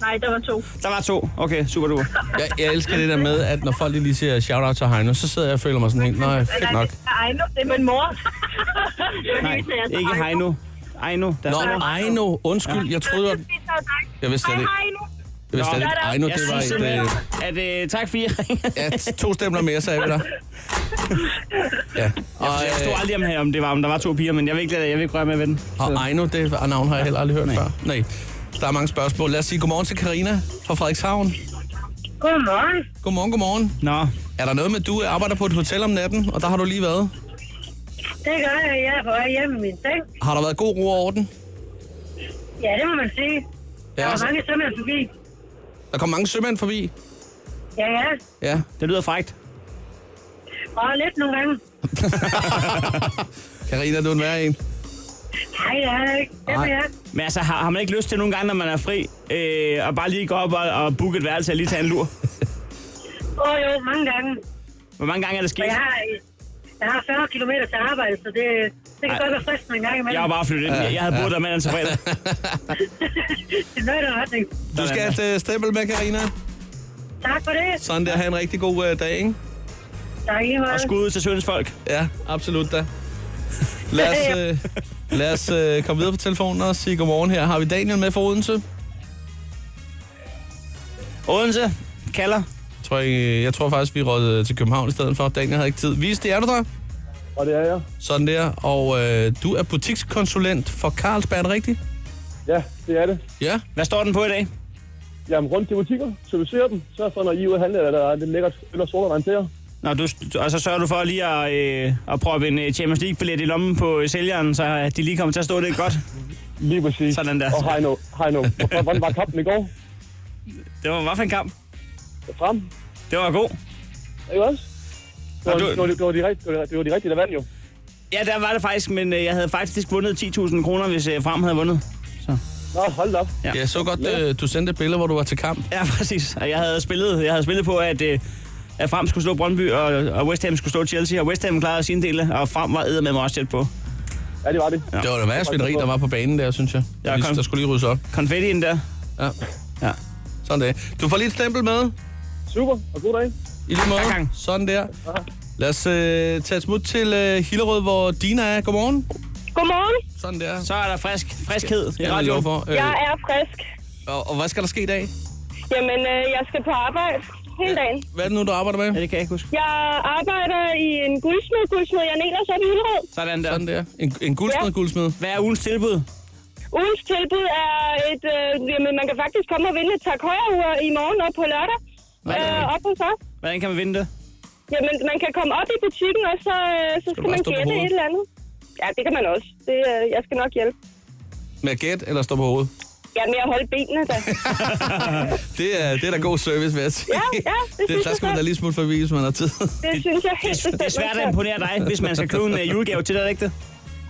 [SPEAKER 10] Nej, der var to.
[SPEAKER 3] Der var to. Okay, super duper.
[SPEAKER 2] Jeg, jeg elsker det der med, at når folk lige siger shout-out til Heino, så sidder jeg og føler mig sådan helt, nej, fedt nok.
[SPEAKER 10] Ejno, det er min mor.
[SPEAKER 3] Nej, ikke hej nu. Ej nu. Der
[SPEAKER 2] Nå, Ejno, undskyld, jeg troede, at... Jeg vidste slet ikke. Jeg vidste slet ikke, Ejno, det var et... Øh,
[SPEAKER 3] At, øh, tak for I ringede.
[SPEAKER 2] ja, to stempler mere, sagde vi der. Ja. Og,
[SPEAKER 3] Jeg forstod
[SPEAKER 2] øh,
[SPEAKER 3] aldrig, om, om det var, om der var to piger, men jeg vil ikke, lade- jeg vil ikke røre med ved den.
[SPEAKER 2] og Ejno, det er- navn har jeg heller aldrig hørt før. Nej. Der er mange spørgsmål. Lad os sige godmorgen til Karina fra Frederikshavn.
[SPEAKER 10] Godmorgen.
[SPEAKER 2] Godmorgen, godmorgen.
[SPEAKER 3] Nå,
[SPEAKER 2] Er der noget med, at du arbejder på et hotel om natten, og der har du lige været?
[SPEAKER 10] Det gør jeg. Jeg er på vej hjemme i min seng.
[SPEAKER 2] Har der været god ro og orden?
[SPEAKER 10] Ja, det må man sige. Der var mange sømmer forbi.
[SPEAKER 2] Der kom mange sømænd forbi.
[SPEAKER 10] Ja, ja.
[SPEAKER 2] Ja.
[SPEAKER 3] det lyder frægt.
[SPEAKER 10] Og lidt nogle gange.
[SPEAKER 2] Karina, du er en værre en.
[SPEAKER 10] Nej, det er der ikke. Det er
[SPEAKER 2] Nej.
[SPEAKER 10] jeg.
[SPEAKER 3] Men altså, har, har man ikke lyst til nogle gange, når man er fri, øh, at bare lige gå op og, og booke et værelse og lige tage en lur?
[SPEAKER 10] Åh jo, mange gange.
[SPEAKER 3] Hvor mange gange er det
[SPEAKER 10] Og
[SPEAKER 3] sket?
[SPEAKER 10] jeg har, jeg har 40 km til arbejde, så det, det kan
[SPEAKER 3] Ej.
[SPEAKER 10] godt være fristende en gang imellem.
[SPEAKER 3] Jeg har bare flyttet ind. Jeg jeg havde boet der mandag til fredag.
[SPEAKER 10] Det er noget i den retning.
[SPEAKER 2] Du skal have et øh, stempel med, Karina.
[SPEAKER 10] Tak for det.
[SPEAKER 2] Sådan der. Ha' en rigtig god øh, dag, ikke?
[SPEAKER 10] Tak i
[SPEAKER 3] Og
[SPEAKER 10] måde.
[SPEAKER 3] skud ud til Søndens folk.
[SPEAKER 2] Ja, absolut da. Lad os, øh, lad os øh, komme videre på telefonen og sige godmorgen her. Har vi Daniel med fra Odense?
[SPEAKER 3] Odense, kalder.
[SPEAKER 2] Jeg tror, jeg, jeg tror faktisk, vi rådede til København i stedet for. Daniel havde ikke tid. Vis, det er du der.
[SPEAKER 11] Og det er jeg.
[SPEAKER 2] Sådan der. Og øh, du er butikskonsulent for Carlsberg, er det rigtigt?
[SPEAKER 11] Ja, det er det.
[SPEAKER 2] Ja.
[SPEAKER 3] Hvad står den på i dag?
[SPEAKER 11] Jamen rundt til butikker, servicerer dem, så for når I er ude at handle, at der er lidt lækkert øl og sodavand til jer.
[SPEAKER 3] Nå, du, og så sørger du for lige at, øh, at proppe en øh, Champions League-billet i lommen på øh, sælgeren, så de lige kommer til at stå det godt.
[SPEAKER 11] Lige præcis.
[SPEAKER 3] Sådan der.
[SPEAKER 11] Og hej nu, hej nu. Hvor- Hvordan var kampen i går?
[SPEAKER 3] Det var hvad for en kamp?
[SPEAKER 11] Frem,
[SPEAKER 3] Det var god.
[SPEAKER 11] ikke også? Det var,
[SPEAKER 3] Og
[SPEAKER 11] det,
[SPEAKER 3] du-
[SPEAKER 11] var, det, var de, rigt- det var de- det var de rigtige, der vandt jo.
[SPEAKER 3] Ja, der var det faktisk, men øh, jeg havde faktisk vundet 10.000 kroner, hvis øh, Frem havde vundet.
[SPEAKER 11] Nå, hold da op.
[SPEAKER 3] Ja.
[SPEAKER 2] Jeg så godt, øh, du sendte et billede, hvor du var til kamp.
[SPEAKER 3] Ja, præcis. Og jeg havde spillet, jeg havde spillet på, at, øh, at Frem skulle slå Brøndby, og, og West Ham skulle slå Chelsea, og West Ham klarede sin del, og Frem var æder med mig også tæt på.
[SPEAKER 11] Ja, det var det.
[SPEAKER 2] Ja. Det var da værre svineri, der var på banen der, synes jeg.
[SPEAKER 3] Ja,
[SPEAKER 2] Lige-
[SPEAKER 3] kom.
[SPEAKER 2] der skulle lige ryddes op.
[SPEAKER 3] Konfettien der.
[SPEAKER 2] Ja.
[SPEAKER 3] Ja.
[SPEAKER 2] Sådan der. Du får lige et stempel med.
[SPEAKER 11] Super, og god dag.
[SPEAKER 2] I lige måde.
[SPEAKER 3] Tak, Kang.
[SPEAKER 2] Sådan der. Lad os øh, tage et smut til øh, Hillerød, hvor Dina er. Godmorgen.
[SPEAKER 12] Godmorgen.
[SPEAKER 2] Sådan der.
[SPEAKER 3] Så er der frisk, friskhed i
[SPEAKER 2] Jeg er lov
[SPEAKER 3] radioen.
[SPEAKER 2] for. Øh,
[SPEAKER 12] Jeg er frisk.
[SPEAKER 2] og, og hvad skal der ske i dag?
[SPEAKER 12] Jamen, øh, jeg skal på arbejde hele dagen.
[SPEAKER 2] Hvad er det nu, du arbejder med?
[SPEAKER 3] Ja, det kan jeg ikke huske.
[SPEAKER 12] Jeg arbejder i en guldsmed, guldsmed Jan Elers op i Hillerød.
[SPEAKER 3] Sådan der.
[SPEAKER 2] Sådan der. En, en guldsmed,
[SPEAKER 12] Ja.
[SPEAKER 2] guldsmed.
[SPEAKER 3] Hvad er ugens tilbud?
[SPEAKER 12] Ugens tilbud er et, øh, jamen, man kan faktisk komme og vinde et tak højere i morgen og på lørdag. Øh, op hos os.
[SPEAKER 3] Hvordan kan man vinde det?
[SPEAKER 12] Jamen, man kan komme op i butikken, og så, øh, så skal
[SPEAKER 2] bare
[SPEAKER 12] man
[SPEAKER 2] stå på
[SPEAKER 12] gætte
[SPEAKER 2] hovedet?
[SPEAKER 12] et eller andet. Ja, det kan man også. Det, øh, jeg skal nok hjælpe.
[SPEAKER 2] Med gæt eller stå på hovedet?
[SPEAKER 12] Jeg er med at holde benene, da.
[SPEAKER 2] Det er, det er da god service, vil jeg sige.
[SPEAKER 12] Ja, ja, det
[SPEAKER 2] det
[SPEAKER 12] synes
[SPEAKER 2] der
[SPEAKER 12] jeg
[SPEAKER 2] skal man da
[SPEAKER 12] selv.
[SPEAKER 2] lige smutte forbi, hvis man har tid.
[SPEAKER 12] Det synes jeg helt bestemt.
[SPEAKER 3] Det er svært at
[SPEAKER 12] man skal.
[SPEAKER 3] imponere dig, hvis man skal købe en øh, julegave til dig, er det ikke det?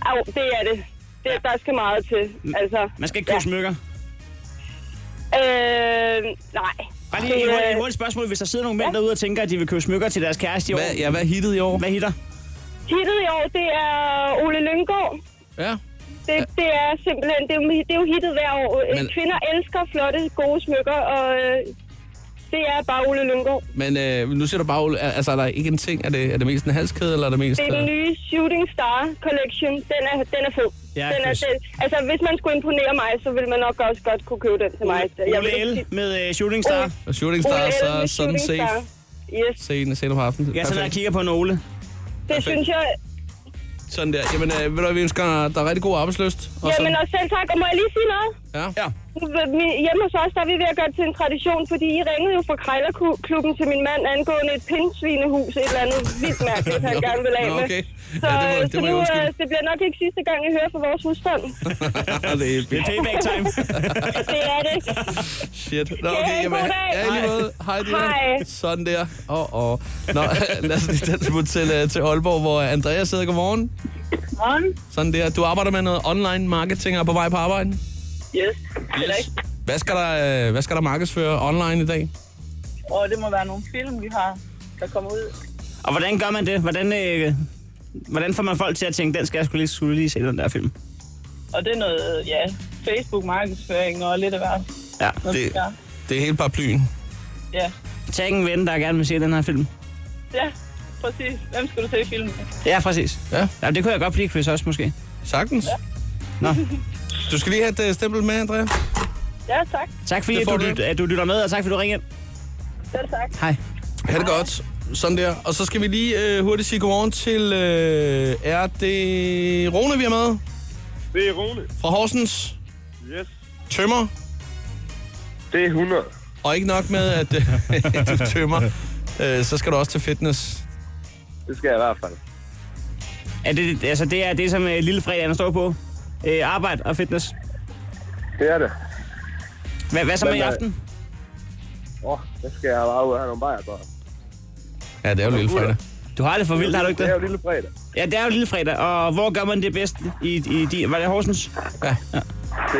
[SPEAKER 12] Au, det er det. det. Der skal meget til. Altså,
[SPEAKER 3] Man skal ikke købe smykker.
[SPEAKER 12] Øh, nej. øh,
[SPEAKER 3] Bare lige et hurtigt- et hurtigt spørgsmål. Hvis der sidder nogle mænd derude og tænker, at de vil købe smykker til deres kæreste i år,
[SPEAKER 2] Hvad, ja, hvad hittede i år?
[SPEAKER 3] hvad hitter?
[SPEAKER 12] Hittet i år, det er Ole Lyngård.
[SPEAKER 2] Ja.
[SPEAKER 12] Det, det er simpelthen, det er, jo- det er jo hittet hver år.
[SPEAKER 2] Men-
[SPEAKER 12] Men... Kvinder elsker flotte, gode smykker, og øh, det er bare Ole Lyngård.
[SPEAKER 2] Men øh, nu siger du bare, Ole, er- altså er der ikke en ting? Er det, er det mest en halskæde, eller er det mest...
[SPEAKER 12] Det er den
[SPEAKER 2] øh,
[SPEAKER 12] nye Shooting Star Collection. Den er, den er fed.
[SPEAKER 3] Ja,
[SPEAKER 12] den er,
[SPEAKER 3] Chris.
[SPEAKER 12] den, altså, hvis man skulle imponere mig, så ville man nok også godt kunne købe den til mig. vil
[SPEAKER 3] Ole
[SPEAKER 12] ikke
[SPEAKER 3] L
[SPEAKER 12] sige-
[SPEAKER 3] med øh, Shooting Star.
[SPEAKER 2] og Shooting
[SPEAKER 12] Ole
[SPEAKER 2] Star,
[SPEAKER 12] L
[SPEAKER 2] så sådan
[SPEAKER 12] med Shooting
[SPEAKER 2] safe.
[SPEAKER 12] Star. Yes,
[SPEAKER 2] Sen, sen om aftenen.
[SPEAKER 3] Jeg sidder og
[SPEAKER 2] Perfekt.
[SPEAKER 3] kigger på en Ole.
[SPEAKER 12] det synes jeg.
[SPEAKER 2] Sådan der. Jamen, øh, ved du, hvad, vi ønsker dig der er rigtig god arbejdsløst. Og
[SPEAKER 12] Jamen,
[SPEAKER 2] sådan-
[SPEAKER 12] og selv tak. Og må jeg lige sige noget?
[SPEAKER 2] ja.
[SPEAKER 3] Ja.
[SPEAKER 12] Vi- Hjemme hos os, der er vi ved at gøre det til en tradition, fordi I ringede jo fra Krejlerklubben til min mand angående et pindsvinehus, et eller andet vildt mærkeligt, han
[SPEAKER 2] Nå,
[SPEAKER 12] gerne vil af
[SPEAKER 2] nå,
[SPEAKER 12] med.
[SPEAKER 2] okay.
[SPEAKER 12] Så,
[SPEAKER 2] Ja, det må-
[SPEAKER 12] øh,
[SPEAKER 2] det
[SPEAKER 12] så
[SPEAKER 2] må I
[SPEAKER 12] nu,
[SPEAKER 2] undskylde.
[SPEAKER 12] øh, det bliver nok ikke sidste gang, I hører fra vores husstand.
[SPEAKER 2] det er
[SPEAKER 3] Det er
[SPEAKER 2] fint.
[SPEAKER 3] payback time.
[SPEAKER 12] Det er det.
[SPEAKER 2] Shit. Nå,
[SPEAKER 12] Ja,
[SPEAKER 2] okay,
[SPEAKER 12] god
[SPEAKER 2] jamen,
[SPEAKER 12] dag.
[SPEAKER 2] ja, i lige måde. Hej, Dina.
[SPEAKER 12] Hej.
[SPEAKER 2] Sådan der. Åh, oh, åh. Oh. Nå, lad os lige tage et smut til, øh, til Aalborg, hvor Andreas sidder. Godmorgen.
[SPEAKER 10] Godmorgen.
[SPEAKER 2] Sådan der. Du arbejder med noget online marketing og er på vej på arbejde.
[SPEAKER 10] Yes. Det er rigtigt.
[SPEAKER 2] Hvad skal der, øh, hvad skal der markedsføre online i dag?
[SPEAKER 9] Og det må være nogle film, vi har, der kommer ud.
[SPEAKER 3] Og hvordan gør man det? Hvordan, øh, hvordan får man folk til at tænke, den skal jeg skulle lige, skulle lige se, den der film?
[SPEAKER 9] Og det er noget, ja, Facebook-markedsføring og lidt af hvert.
[SPEAKER 3] Ja,
[SPEAKER 9] Noget, vi
[SPEAKER 2] Det,
[SPEAKER 9] gør.
[SPEAKER 2] det er hele paraplyen.
[SPEAKER 9] Ja.
[SPEAKER 3] Tag en ven, der gerne vil se den her film.
[SPEAKER 9] ja, præcis. Hvem skulle du se filmen? med?
[SPEAKER 3] Ja, præcis.
[SPEAKER 2] Ja.
[SPEAKER 3] ja det kunne jeg godt blive quiz også, måske.
[SPEAKER 2] Sagtens.
[SPEAKER 3] Nå.
[SPEAKER 2] Du skal lige have et øh, stempel med, Andrea.
[SPEAKER 9] Ja, tak.
[SPEAKER 3] Tak fordi
[SPEAKER 2] Det
[SPEAKER 3] at
[SPEAKER 2] får
[SPEAKER 3] du,
[SPEAKER 2] du.
[SPEAKER 3] lyt, at du lytter med, og tak fordi du ringer ind.
[SPEAKER 9] Selv tak.
[SPEAKER 3] Hej.
[SPEAKER 2] Ha' det godt. Sådan der. Og så skal vi lige øh, hurtigt sige godmorgen til... Øh, er det Rune, vi er med?
[SPEAKER 13] Det er Rune.
[SPEAKER 2] Fra Horsens?
[SPEAKER 13] Yes.
[SPEAKER 2] Tømmer?
[SPEAKER 13] Det er 100.
[SPEAKER 2] Og ikke nok med, at øh, du tømmer, øh, så skal du også til fitness.
[SPEAKER 13] Det skal jeg i hvert fald.
[SPEAKER 3] Er det, altså, det er det, som øh, lille fredagen står på. Øh, arbejde og fitness.
[SPEAKER 13] Det er det.
[SPEAKER 3] Hvad, hvad så med
[SPEAKER 13] Men,
[SPEAKER 3] i
[SPEAKER 13] øh,
[SPEAKER 3] aften?
[SPEAKER 13] Åh, oh, der skal jeg bare ud og have nogle bajer, bare.
[SPEAKER 2] Ja, det er jo lille fredag.
[SPEAKER 3] Du har det for vildt, har du ikke det?
[SPEAKER 13] Det er jo lille fredag.
[SPEAKER 3] Ja, det er jo lille fredag, og hvor gør man det bedst? I, i de, var det Horsens?
[SPEAKER 2] Ja.
[SPEAKER 13] Det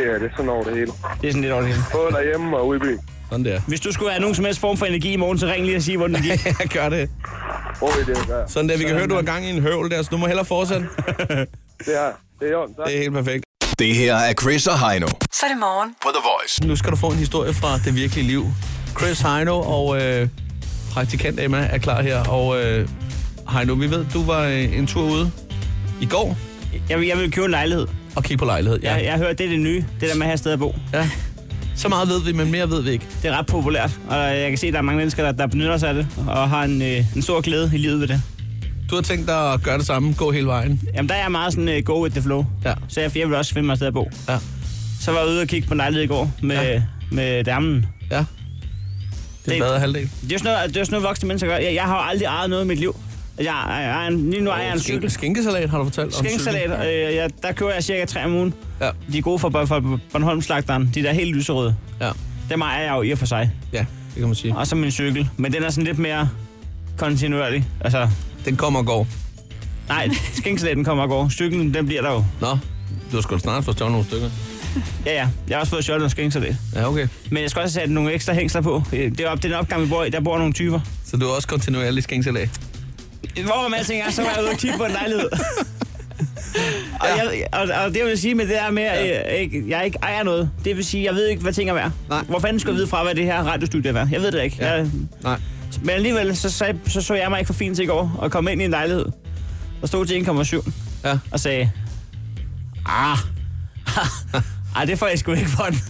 [SPEAKER 13] er det er sådan over det hele.
[SPEAKER 3] Det er sådan lidt over det hele.
[SPEAKER 13] Både derhjemme og ude i byen.
[SPEAKER 2] Sådan der.
[SPEAKER 3] Hvis du skulle have nogen som helst form for energi i morgen, så ring lige og sige, hvor den gik.
[SPEAKER 2] Jeg gør det.
[SPEAKER 13] Prøv i det, der.
[SPEAKER 2] Sådan der, vi kan høre, du har gang i en høvl der, så du må hellere fortsætte.
[SPEAKER 13] Det er, det er jorden,
[SPEAKER 2] Det er helt perfekt.
[SPEAKER 6] Det her er Chris og Heino
[SPEAKER 4] Så er det morgen.
[SPEAKER 6] på The Voice.
[SPEAKER 2] Nu skal du få en historie fra det virkelige liv. Chris Heino og øh, praktikant Emma er klar her. Og øh, Heino, vi ved, du var øh, en tur ude i går.
[SPEAKER 3] Jeg, jeg vil købe en lejlighed.
[SPEAKER 2] Og kigge på lejlighed, ja.
[SPEAKER 3] Jeg, jeg hører, det er det nye, det der med at have et sted at bo.
[SPEAKER 2] Ja. Så meget ved vi, men mere ved vi ikke.
[SPEAKER 3] Det er ret populært, og jeg kan se, at der er mange mennesker, der, der benytter sig af det, og har en, øh, en stor glæde i livet ved det.
[SPEAKER 2] Du har tænkt dig at gøre det samme, gå hele vejen.
[SPEAKER 3] Jamen, der er jeg meget sådan øh, go with the flow,
[SPEAKER 2] ja.
[SPEAKER 3] så jeg, jeg vil også finde mig et sted at bo.
[SPEAKER 2] Ja.
[SPEAKER 3] Så var jeg ude og kigge på en lejlighed i går med, ja. med damen.
[SPEAKER 2] Ja. Det er bedre halvdel.
[SPEAKER 3] Det er jo sådan noget, det er jo sådan noget voksne mennesker gør. Jeg, jeg har jo aldrig ejet noget i mit liv. Jeg, jeg, jeg, jeg, lige nu ejer jeg en cykel.
[SPEAKER 2] Skinkesalat har du fortalt om.
[SPEAKER 3] Skænkesalat,
[SPEAKER 2] cykel.
[SPEAKER 3] øh, ja, der køber jeg cirka tre om ugen.
[SPEAKER 2] Ja.
[SPEAKER 3] De er gode for, for Bornholm-slagteren. De der helt lyserøde.
[SPEAKER 2] Ja.
[SPEAKER 3] Dem ejer jeg jo i og for sig.
[SPEAKER 2] Ja, det kan man sige.
[SPEAKER 3] Og så min cykel. Men den er sådan lidt mere kontinuerlig. Altså,
[SPEAKER 2] Den kommer og går.
[SPEAKER 3] nej, skænkesalaten kommer og går. Cyklen, den bliver der jo.
[SPEAKER 2] Nå, du har sgu da snart fået stjålet nogle stykker.
[SPEAKER 3] Ja, ja. Jeg har også fået sjovt og skænksalat.
[SPEAKER 2] Ja, okay.
[SPEAKER 3] Men jeg skal også have sat nogle ekstra hængsler på. Øh, Det er op, den opgang, vi bor i. Der bor nogle typer.
[SPEAKER 2] Så du er også kontinuerlig skænkesalat?
[SPEAKER 3] Hvor man alting er, så var jeg ude og kigge på en lejlighed. og, jeg, og, og, det vil sige med det der med, at jeg, ikke, jeg ikke ejer noget, det vil sige, jeg ved ikke, hvad ting er værd.
[SPEAKER 2] Nej.
[SPEAKER 3] Hvor fanden skulle jeg vide fra, hvad det her radiostudie er værd? Jeg ved det ikke.
[SPEAKER 2] Ja.
[SPEAKER 3] Jeg,
[SPEAKER 2] Nej.
[SPEAKER 3] men alligevel, så, så, så, så jeg mig ikke for fint til i går, og kom ind i en lejlighed, og stod til 1,7,
[SPEAKER 2] Ja.
[SPEAKER 3] og sagde, ah, Ej, det får jeg sgu ikke for den.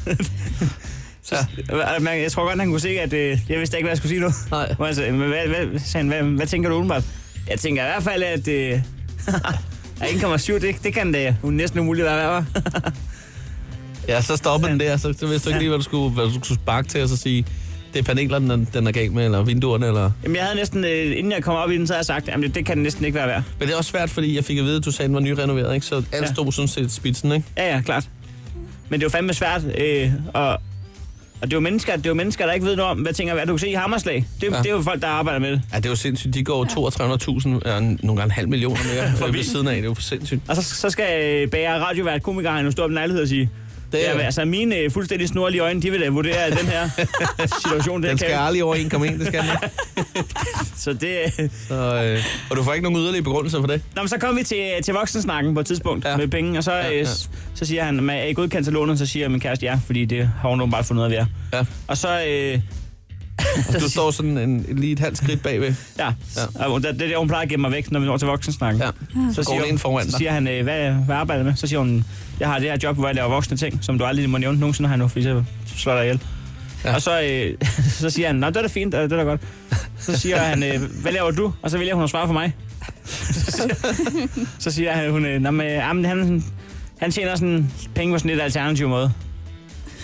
[SPEAKER 3] Så, øh, man- jeg tror godt, han kunne se, at øh, jeg vidste ikke, hvad jeg skulle sige nu.
[SPEAKER 2] Nej.
[SPEAKER 3] Hvor han sagde, men hvad, hvad, sagde han, hvad, hvad tænker du udenbart? Jeg tænker i hvert fald, at, øh, at 1,7, det, det kan da næsten umuligt være, hvad
[SPEAKER 2] Ja, så stopper den der, så, så vidste du ikke lige, hvad du skulle, hvad du skulle sparke til, og så sige, det er panelerne, den, den er galt med, eller vinduerne, eller...
[SPEAKER 3] Jamen, jeg havde næsten, øh, inden jeg kom op i den, så havde jeg sagt, at det, det kan det næsten ikke være værd.
[SPEAKER 2] Men det er også svært, fordi jeg fik at vide, at du sagde, at den var nyrenoveret, ikke? Så alt ja.
[SPEAKER 3] Ja.
[SPEAKER 2] stod sådan set spidsen, ikke?
[SPEAKER 3] Ja, ja, klart. Men det er jo fandme svært, øh, og, og det er jo mennesker, det er jo mennesker, der ikke ved noget om, hvad ting er værd. Du kan se i Hammerslag, det,
[SPEAKER 2] Ja.
[SPEAKER 3] ja. det er jo folk, der arbejder med det.
[SPEAKER 2] Ja, det er jo sindssygt. De går over 200-300.000, ja, nogle gange en halv million mere øh, ved
[SPEAKER 3] bilen.
[SPEAKER 2] siden af. Det er jo sindssygt.
[SPEAKER 3] Og så, så skal øh, bager radiovært komiker han jo stå op i en lejlighed og sige,
[SPEAKER 2] Det
[SPEAKER 3] det
[SPEAKER 2] er-
[SPEAKER 3] er, ja, altså mine øh, fuldstændig snorlige øjne, de vil da vurdere at den her situation.
[SPEAKER 2] Den
[SPEAKER 3] Den
[SPEAKER 2] skal
[SPEAKER 3] kan,
[SPEAKER 2] aldrig over 1,1, det skal den ikke.
[SPEAKER 3] så det, øh,
[SPEAKER 2] Så, øh, og du får ikke nogen yderligere begrundelse for det?
[SPEAKER 3] Nå, men så kom vi til, til voksensnakken på et tidspunkt
[SPEAKER 2] Ja.
[SPEAKER 3] ja. med penge, og så, ja,
[SPEAKER 2] ja.
[SPEAKER 3] ja. så siger han, "Men er I godkendt til lånet? Så siger min kæreste ja, fordi det har hun åbenbart fundet ud af ved jer.
[SPEAKER 2] Ja.
[SPEAKER 3] Og så, øh,
[SPEAKER 2] Du står sådan en, lige et halvt skridt bagved.
[SPEAKER 3] ja,
[SPEAKER 2] Ja.
[SPEAKER 3] ja. Og det, det er det, hun plejer at gemme mig væk, når vi når til voksensnakken.
[SPEAKER 2] Ja. Så
[SPEAKER 3] Så
[SPEAKER 2] går
[SPEAKER 3] siger,
[SPEAKER 2] den ind foran
[SPEAKER 3] Ah.
[SPEAKER 2] dig.
[SPEAKER 3] så siger han, øh, hvad, hvad arbejder du med? Så siger hun, jeg har det her job, hvor jeg laver voksne ting, som du aldrig må nævne nogensinde har nu, fordi så slår jeg dig ihjel.
[SPEAKER 2] Ja.
[SPEAKER 3] Ja. Og så, øh, så siger han, nå, det er da fint, og det er da godt. Så siger han, øh, hvad laver du? Og så vælger hun at svare for mig. så, siger, så siger han, hun, øh, nå, men, øh, jamen, han, han tjener sådan penge på sådan lidt alternativ måde.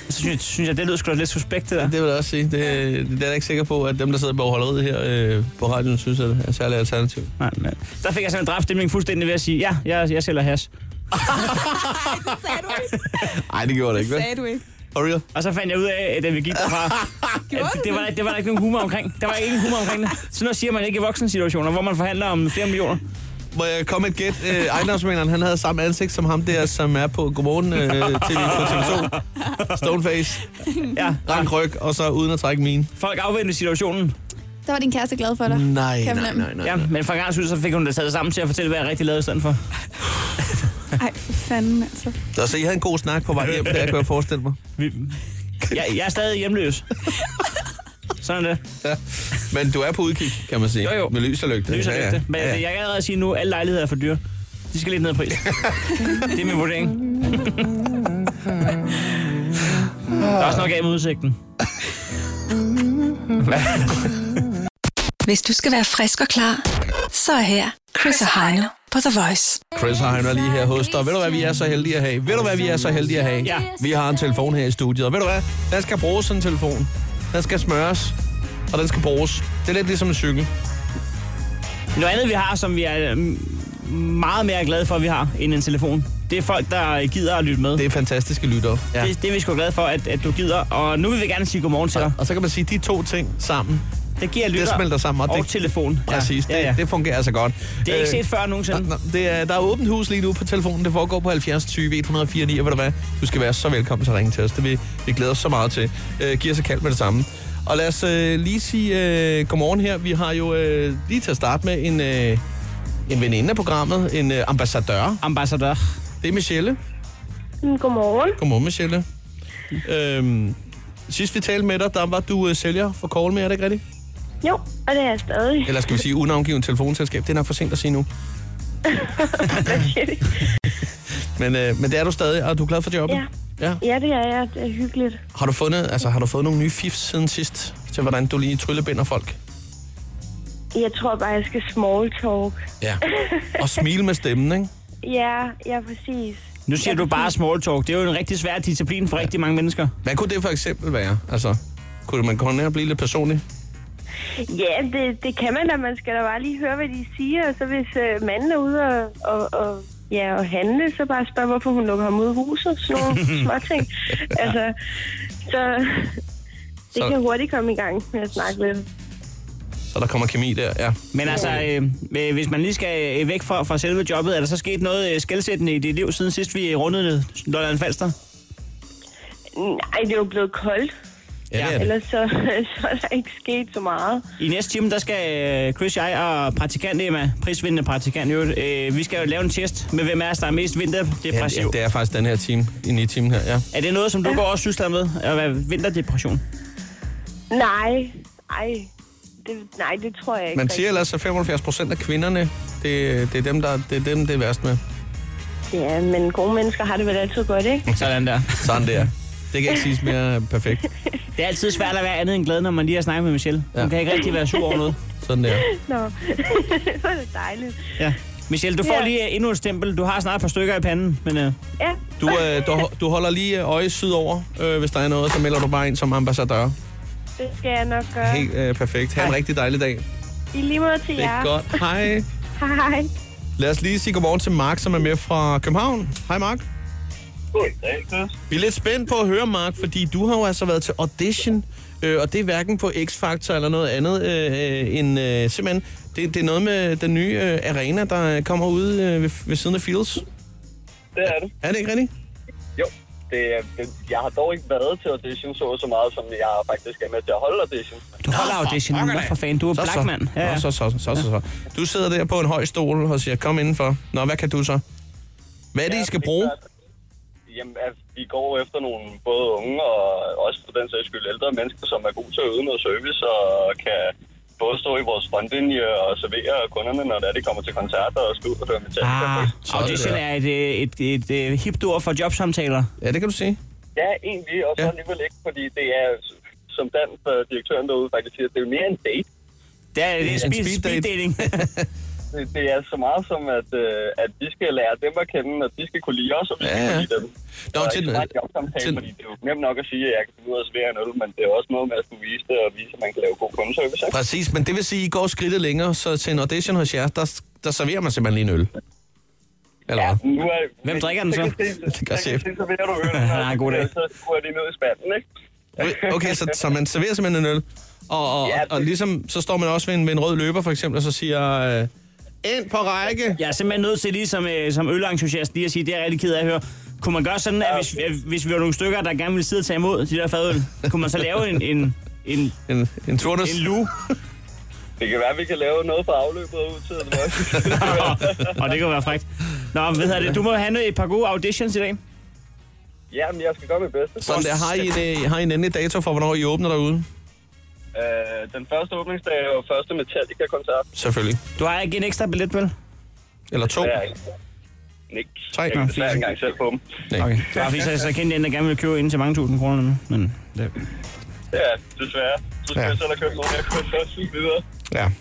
[SPEAKER 3] Så synes jeg, synes jeg det lyder sgu da lidt suspekt, det der.
[SPEAKER 2] Det vil jeg også sige. Det, det er jeg da ikke sikker på, at dem, der sidder bag holderiet her øh, på radioen, synes, at det er særlig alternativ.
[SPEAKER 3] Nej, nej. Der fik jeg sådan en drabstemning fuldstændig ved at sige, ja, jeg, jeg sælger hash.
[SPEAKER 5] Sagde du ikke?
[SPEAKER 2] Nej, det gjorde det ikke, vel?
[SPEAKER 5] Sagde du ikke?
[SPEAKER 2] For real?
[SPEAKER 3] Og så fandt jeg ud af, at da vi gik derfra,
[SPEAKER 5] Gjorde
[SPEAKER 3] at
[SPEAKER 5] du
[SPEAKER 3] det, var, der- det var der ikke nogen humor omkring. Der var ikke nogen humor omkring det. Sådan noget siger man ikke i voksne situationer, hvor man forhandler om flere millioner.
[SPEAKER 2] Må jeg komme et gæt? Øh, ejendomsmængderen, han havde samme ansigt som ham der, som er på Godmorgen øh, TV på TV2. Stoneface.
[SPEAKER 3] Ja.
[SPEAKER 2] Rank ryg, og så uden at trække mine.
[SPEAKER 3] Folk afventer situationen.
[SPEAKER 5] Der var din kæreste glad for dig.
[SPEAKER 2] Nej,
[SPEAKER 5] kan jeg
[SPEAKER 2] nej,
[SPEAKER 5] fornemme.
[SPEAKER 2] nej, nej.
[SPEAKER 3] Ja, men for en gang skyld, så fik hun det taget sammen til at fortælle, hvad jeg rigtig lavede i stedet for.
[SPEAKER 5] Ej, for fanden altså.
[SPEAKER 2] Så, så I havde en god snak på vej hjem, der kan jeg forestille mig.
[SPEAKER 3] Jeg, jeg er stadig hjemløs. Sådan er det.
[SPEAKER 2] Ja. Men du er på udkig, kan man sige. Jo, jo. Med lys og lygte.
[SPEAKER 3] Lys og lygte. Men ja, ja. jeg kan allerede sige nu, at alle lejligheder er for dyre. De skal lidt ned i pris. det er min vurdering. der er også nok af med udsigten.
[SPEAKER 4] Hvis du skal være frisk og klar, så er her Chris og Heino på The Voice.
[SPEAKER 2] Chris Hein er lige her hos dig. Ved du hvad, vi er så heldige at have? Ved du hvad, vi er så heldige at have?
[SPEAKER 4] Ja.
[SPEAKER 2] Vi har en telefon her i studiet. Og ved du hvad, den skal bruges sådan en telefon. Den skal smøres, og den skal bruges. Det er lidt ligesom en cykel.
[SPEAKER 3] Noget andet, vi har, som vi er mm, meget mere glade for, at vi har, end en telefon, det er folk, der gider at lytte med. Det
[SPEAKER 2] er fantastiske lyttere.
[SPEAKER 3] Ja. Det, det er vi sgu glade for, at, at du gider. Og nu vil vi gerne sige godmorgen til dig.
[SPEAKER 2] Og så kan man sige, de to ting sammen.
[SPEAKER 3] Det giver lytter
[SPEAKER 2] Det smelter sammen.
[SPEAKER 3] og,
[SPEAKER 2] det-
[SPEAKER 3] telefon.
[SPEAKER 2] Præcis, det,
[SPEAKER 3] Ja, ja.
[SPEAKER 2] det fungerer altså godt.
[SPEAKER 3] Det er ikke
[SPEAKER 2] Øh,
[SPEAKER 3] set før nogensinde.
[SPEAKER 2] Nå, nå, det er, der er åbent hus lige nu på telefonen. Det foregår på 70 20 104 9, og ved du hvad? Du skal være så velkommen til at ringe til os. Det vil vi glæder os så meget til. Øh, giv os et kald med det samme. Og lad os øh, lige sige øh, godmorgen her. Vi har jo øh, lige til at starte med en, øh, en veninde af programmet. En øh, ambassadør.
[SPEAKER 3] Ambassadør.
[SPEAKER 2] Det er Michelle.
[SPEAKER 10] Mm, Godmorgen.
[SPEAKER 2] Godmorgen, Michelle. Øhm, sidst vi talte med dig, der var du øh, sælger for Call Me, er det ikke rigtigt?
[SPEAKER 10] Jo, og det er jeg stadig.
[SPEAKER 2] Eller skal vi sige unavngiven telefonselskab? Det er nok for sent at sige nu. men, øh, men det er du stadig, og du er glad for jobbet?
[SPEAKER 10] Ja.
[SPEAKER 2] ja.
[SPEAKER 10] ja, det er jeg. Det er hyggeligt.
[SPEAKER 2] Har du, fundet, altså, har du fået nogle nye fifs siden sidst, til hvordan du lige tryllebinder folk?
[SPEAKER 10] Jeg tror bare, jeg skal small talk.
[SPEAKER 2] Ja. Og smile med stemmen, ikke?
[SPEAKER 10] Ja, ja, præcis.
[SPEAKER 3] Nu siger du bare small talk. Det er jo en rigtig svær disciplin for rigtig mange mennesker.
[SPEAKER 2] Hvad kunne det for eksempel være? Altså, kunne man komme ned og blive lidt personlig?
[SPEAKER 10] Ja, det, det kan man da. Man skal da bare lige høre, hvad de siger. Og så hvis øh, manden er ude og, og, og, ja, og handle, så bare spørg, hvorfor hun lukker ham ud af huset. Sådan nogle småting. Altså, så... Det
[SPEAKER 2] Så-
[SPEAKER 10] kan hurtigt komme i gang med at snakke lidt.
[SPEAKER 2] Så der kommer kemi der, ja.
[SPEAKER 3] Men altså, øh, øh, hvis man lige skal øh, væk fra, fra selve jobbet, er der så sket noget øh, skældsættende i dit liv, siden sidst vi rundede Lolland Falster?
[SPEAKER 10] Nej, det er jo blevet koldt.
[SPEAKER 2] Ja, det er det.
[SPEAKER 10] Ellers så, så er der ikke sket så meget.
[SPEAKER 3] I næste time, der skal øh, Chris, jeg og praktikant Emma, prisvindende praktikant, i øvrigt, øh, vi skal jo lave en test med, hvem af os, der er mest vinterdepressiv.
[SPEAKER 2] Ja, det er faktisk den her time, i i timen her, ja.
[SPEAKER 3] Er det noget, som du går og sysler med, at være vinterdepression?
[SPEAKER 10] Nej, ej. Det, nej, det tror jeg ikke.
[SPEAKER 2] Man siger
[SPEAKER 10] rigtig.
[SPEAKER 2] ellers, at 75 procent af kvinderne, det, det, er dem, der, det er dem, det er værst med.
[SPEAKER 10] Ja, men gode mennesker har det vel altid godt, ikke?
[SPEAKER 3] Sådan der.
[SPEAKER 2] Sådan der. Det kan ikke siges mere perfekt.
[SPEAKER 3] Det er altid svært at være andet end glad, når man lige har snakket med Michelle. Hun kan ikke rigtig være sur over noget.
[SPEAKER 2] Sådan der.
[SPEAKER 10] Nå, det var da dejligt.
[SPEAKER 3] Ja. Michelle, du får
[SPEAKER 10] Ja.
[SPEAKER 3] lige øh, endnu et stempel. Du har snart et par stykker i panden, men... Øh,
[SPEAKER 10] Ja,
[SPEAKER 2] Du, øh, du, du holder lige øje sydover, øh, hvis der er noget, så melder du bare ind som ambassadør.
[SPEAKER 10] det skal jeg nok gøre.
[SPEAKER 2] Helt øh, perfekt. Ha' en rigtig dejlig dag.
[SPEAKER 10] I lige måde til
[SPEAKER 2] Det er
[SPEAKER 10] jer.
[SPEAKER 2] godt. Hej.
[SPEAKER 10] Hej.
[SPEAKER 2] Lad os lige sige godmorgen til Mark, som er med fra København. Hej Mark.
[SPEAKER 13] Goddag, Chris.
[SPEAKER 2] Vi er lidt spændt på at høre, Mark, fordi du har jo altså været til audition, øh, og det er hverken på X-Factor eller noget andet, øh, øh, end øh, simpelthen, det, det er noget med den nye øh, arena, der øh, kommer ude øh, ved, ved siden af Fields.
[SPEAKER 13] Det er det.
[SPEAKER 2] Er det ikke rigtigt?
[SPEAKER 13] Jo. Det, er- det, jeg har dog ikke været til audition så, så meget, som jeg faktisk er med til at holde audition.
[SPEAKER 3] Du holder auditionen. Hvad for fanden? Du er black, mand.
[SPEAKER 2] Ja, ja. Så, så, så, så, så, så. Du sidder der på en høj stol og siger, kom indenfor. Nå, hvad kan du så? Hvad er det, I skal bruge?
[SPEAKER 13] Jamen, at vi går efter nogle både unge og også for den sags skyld ældre mennesker, som er gode til at yde noget service og kan både stå i vores frontlinje og servere kunderne, når det er, de kommer til koncerter og skal ud og høre metal.
[SPEAKER 3] Ah, audition er et, øh, et, et, et, et hipt ord for jobsamtaler.
[SPEAKER 2] Ja, det kan du sige.
[SPEAKER 13] Ja, egentlig, og så ja. alligevel ikke, fordi det er, som Dan, øh, direktøren derude, faktisk siger, det er jo mere en date.
[SPEAKER 3] Det er, det er
[SPEAKER 13] En
[SPEAKER 3] speed,
[SPEAKER 13] speed
[SPEAKER 3] speed, speed
[SPEAKER 13] date.
[SPEAKER 3] dating.
[SPEAKER 13] Det, det er så meget som, at, øh, at vi skal lære dem at kende, og de skal kunne lide os, og vi skal
[SPEAKER 2] Ja, ja.
[SPEAKER 13] kunne lide dem.
[SPEAKER 2] Nå,
[SPEAKER 13] Der er
[SPEAKER 2] til-
[SPEAKER 13] ikke så meget jobsamtale,
[SPEAKER 2] til-
[SPEAKER 13] fordi det er jo nemt nok at sige, at jeg kan finde ud af at servere en øl, men det er også noget med at skulle vise det og vise, at man kan lave god kundeservice. ikke?
[SPEAKER 2] Præcis, men det vil sige, at I går skridtet længere, så til en audition hos jer, der, der serverer man simpelthen lige en øl. Eller ja,
[SPEAKER 13] Nu er,
[SPEAKER 2] Hvem drikker den så? Det gør chef.
[SPEAKER 13] Så serverer du øl,
[SPEAKER 2] Ja, god dag.
[SPEAKER 13] så skruer de ned i spanden, ikke?
[SPEAKER 2] Okay, så, så man serverer simpelthen en øl. Og, og, og, og ligesom, så står man også ved en, ved en rød løber, for eksempel, og så siger, øh, Ind på række.
[SPEAKER 3] Jeg er simpelthen nødt til lige som, øh, som ølentusiast lige at sige, det er jeg rigtig ked af at høre. Kunne man gøre sådan, at hvis, at hvis vi var nogle stykker, der gerne ville sidde og tage imod de der fadøl, kunne man så lave en... En, en,
[SPEAKER 2] en, en turnus?
[SPEAKER 3] En lue?
[SPEAKER 13] Det kan være, at vi kan lave noget for afløbet ud til det.
[SPEAKER 3] Og det kunne være frækt. Nå, ved jeg det, du må have et par gode auditions i dag.
[SPEAKER 13] Jamen, jeg skal gøre mit bedste.
[SPEAKER 2] Sådan der. Har I, en, øh, har I en endelig dato for, hvornår I åbner derude?
[SPEAKER 13] Øh, den første åbningsdag er jo første Metallica-koncert.
[SPEAKER 2] Selvfølgelig.
[SPEAKER 3] Du har ikke en ekstra billet, vel?
[SPEAKER 2] Eller to?
[SPEAKER 13] Ja, ikke. Nick.
[SPEAKER 2] Tre.
[SPEAKER 13] Jeg
[SPEAKER 2] Nå,
[SPEAKER 13] kan
[SPEAKER 2] fint.
[SPEAKER 13] desværre ikke engang selv på dem.
[SPEAKER 3] Okay. Det var fordi, så, så kendte jeg en, der gerne ville købe ind til mange tusind kroner nu. Men det...
[SPEAKER 13] Ja, desværre. Så skal
[SPEAKER 2] Ja.
[SPEAKER 13] ja. jeg selv have købt nogle af koncerten videre.
[SPEAKER 2] Ja.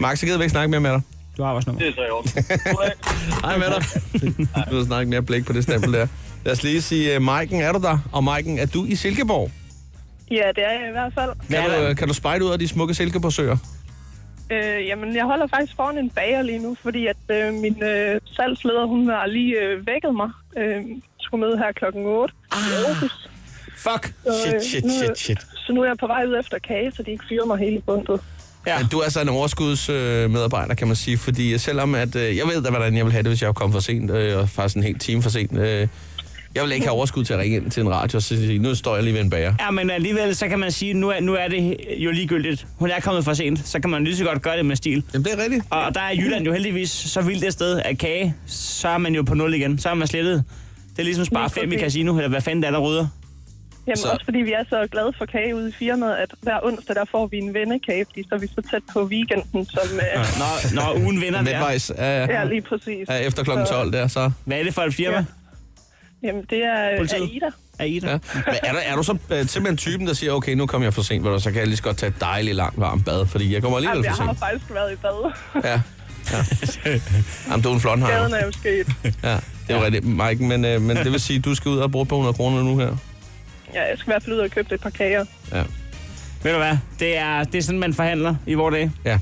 [SPEAKER 2] Max, jeg gider ikke snakke mere med dig.
[SPEAKER 3] Du har vores nummer.
[SPEAKER 13] Det er så i orden.
[SPEAKER 2] Hej med dig. Du har snakket mere blik på det stempel der. Lad os lige sige, øh, Maiken, er du der? Og Maiken, er du i Silkeborg?
[SPEAKER 9] Ja, det er jeg i hvert fald.
[SPEAKER 2] Kan du, øh, kan du spejde ud af de smukke Silkeborgsøer?
[SPEAKER 9] Øh, jamen, jeg holder faktisk foran en bager lige nu, fordi at øh, min øh, salgsleder, hun har lige øh, vækket mig. Øh, skulle møde her klokken 8. Ah.
[SPEAKER 3] Fuck!
[SPEAKER 12] Øh,
[SPEAKER 2] Shit, shit, shit, shit.
[SPEAKER 9] Så nu er jeg på vej ud efter kage, så de ikke fyrer mig hele bundet.
[SPEAKER 3] Ja.
[SPEAKER 2] Du er så en overskudsmedarbejder, kan man sige, fordi øh, selvom at... øh, Jeg ved da, hvordan jeg ville have det, hvis jeg var kommet for sent, øh, og faktisk en hel time for sent. øh, Jeg vil ikke have overskud til at ringe ind til en radio og så sige, nu står jeg lige ved en bager.
[SPEAKER 3] Ja, men alligevel, så kan man sige, nu er, nu er det jo ligegyldigt. Hun er kommet for sent, så kan man lige så godt gøre det med stil.
[SPEAKER 2] Jamen, det er rigtigt.
[SPEAKER 3] Og der er Jylland jo heldigvis så vildt et sted af kage, så er man jo på nul igen. Så er man slettet. Det er ligesom spare fem i casino, eller hvad fanden det er, der rydder.
[SPEAKER 9] Jamen,
[SPEAKER 3] Så-
[SPEAKER 9] så... også fordi vi er så glade for kage ude i firmaet, at hver onsdag, der får vi en vennekage, fordi så er vi så tæt på weekenden, som... Øh,
[SPEAKER 3] Når, når ugen vinder der.
[SPEAKER 2] Midtvejs, ja, ja.
[SPEAKER 9] ja, lige præcis.
[SPEAKER 2] Ja, efter klokken
[SPEAKER 9] Så-
[SPEAKER 2] 12 der, så...
[SPEAKER 3] Hvad er det for et firma?
[SPEAKER 9] Jamen, det er øh,
[SPEAKER 3] Politiet.
[SPEAKER 9] Aida.
[SPEAKER 3] Aida.
[SPEAKER 2] Ja. Men er, du, er du så øh, simpelthen typen, der siger, okay, nu kommer jeg for sent, hvor der, så kan jeg lige så godt tage et dejligt langt varmt bad, fordi jeg kommer alligevel
[SPEAKER 9] Jamen, jeg
[SPEAKER 2] for
[SPEAKER 9] har
[SPEAKER 2] sent.
[SPEAKER 9] faktisk været i bad.
[SPEAKER 2] Ja. ja. Jamen, du er en flonhejr.
[SPEAKER 9] Skaden er jo sket.
[SPEAKER 2] Ja, det er jo rigtigt, Mike, men, øh, men det vil sige, at du skal ud og bruge på 100 kroner nu her.
[SPEAKER 9] Ja, jeg skal i hvert fald ud og købe et par kager.
[SPEAKER 2] Ja.
[SPEAKER 3] Ved du hvad? Det er, det er sådan, man forhandler i vores dage.
[SPEAKER 2] Ja.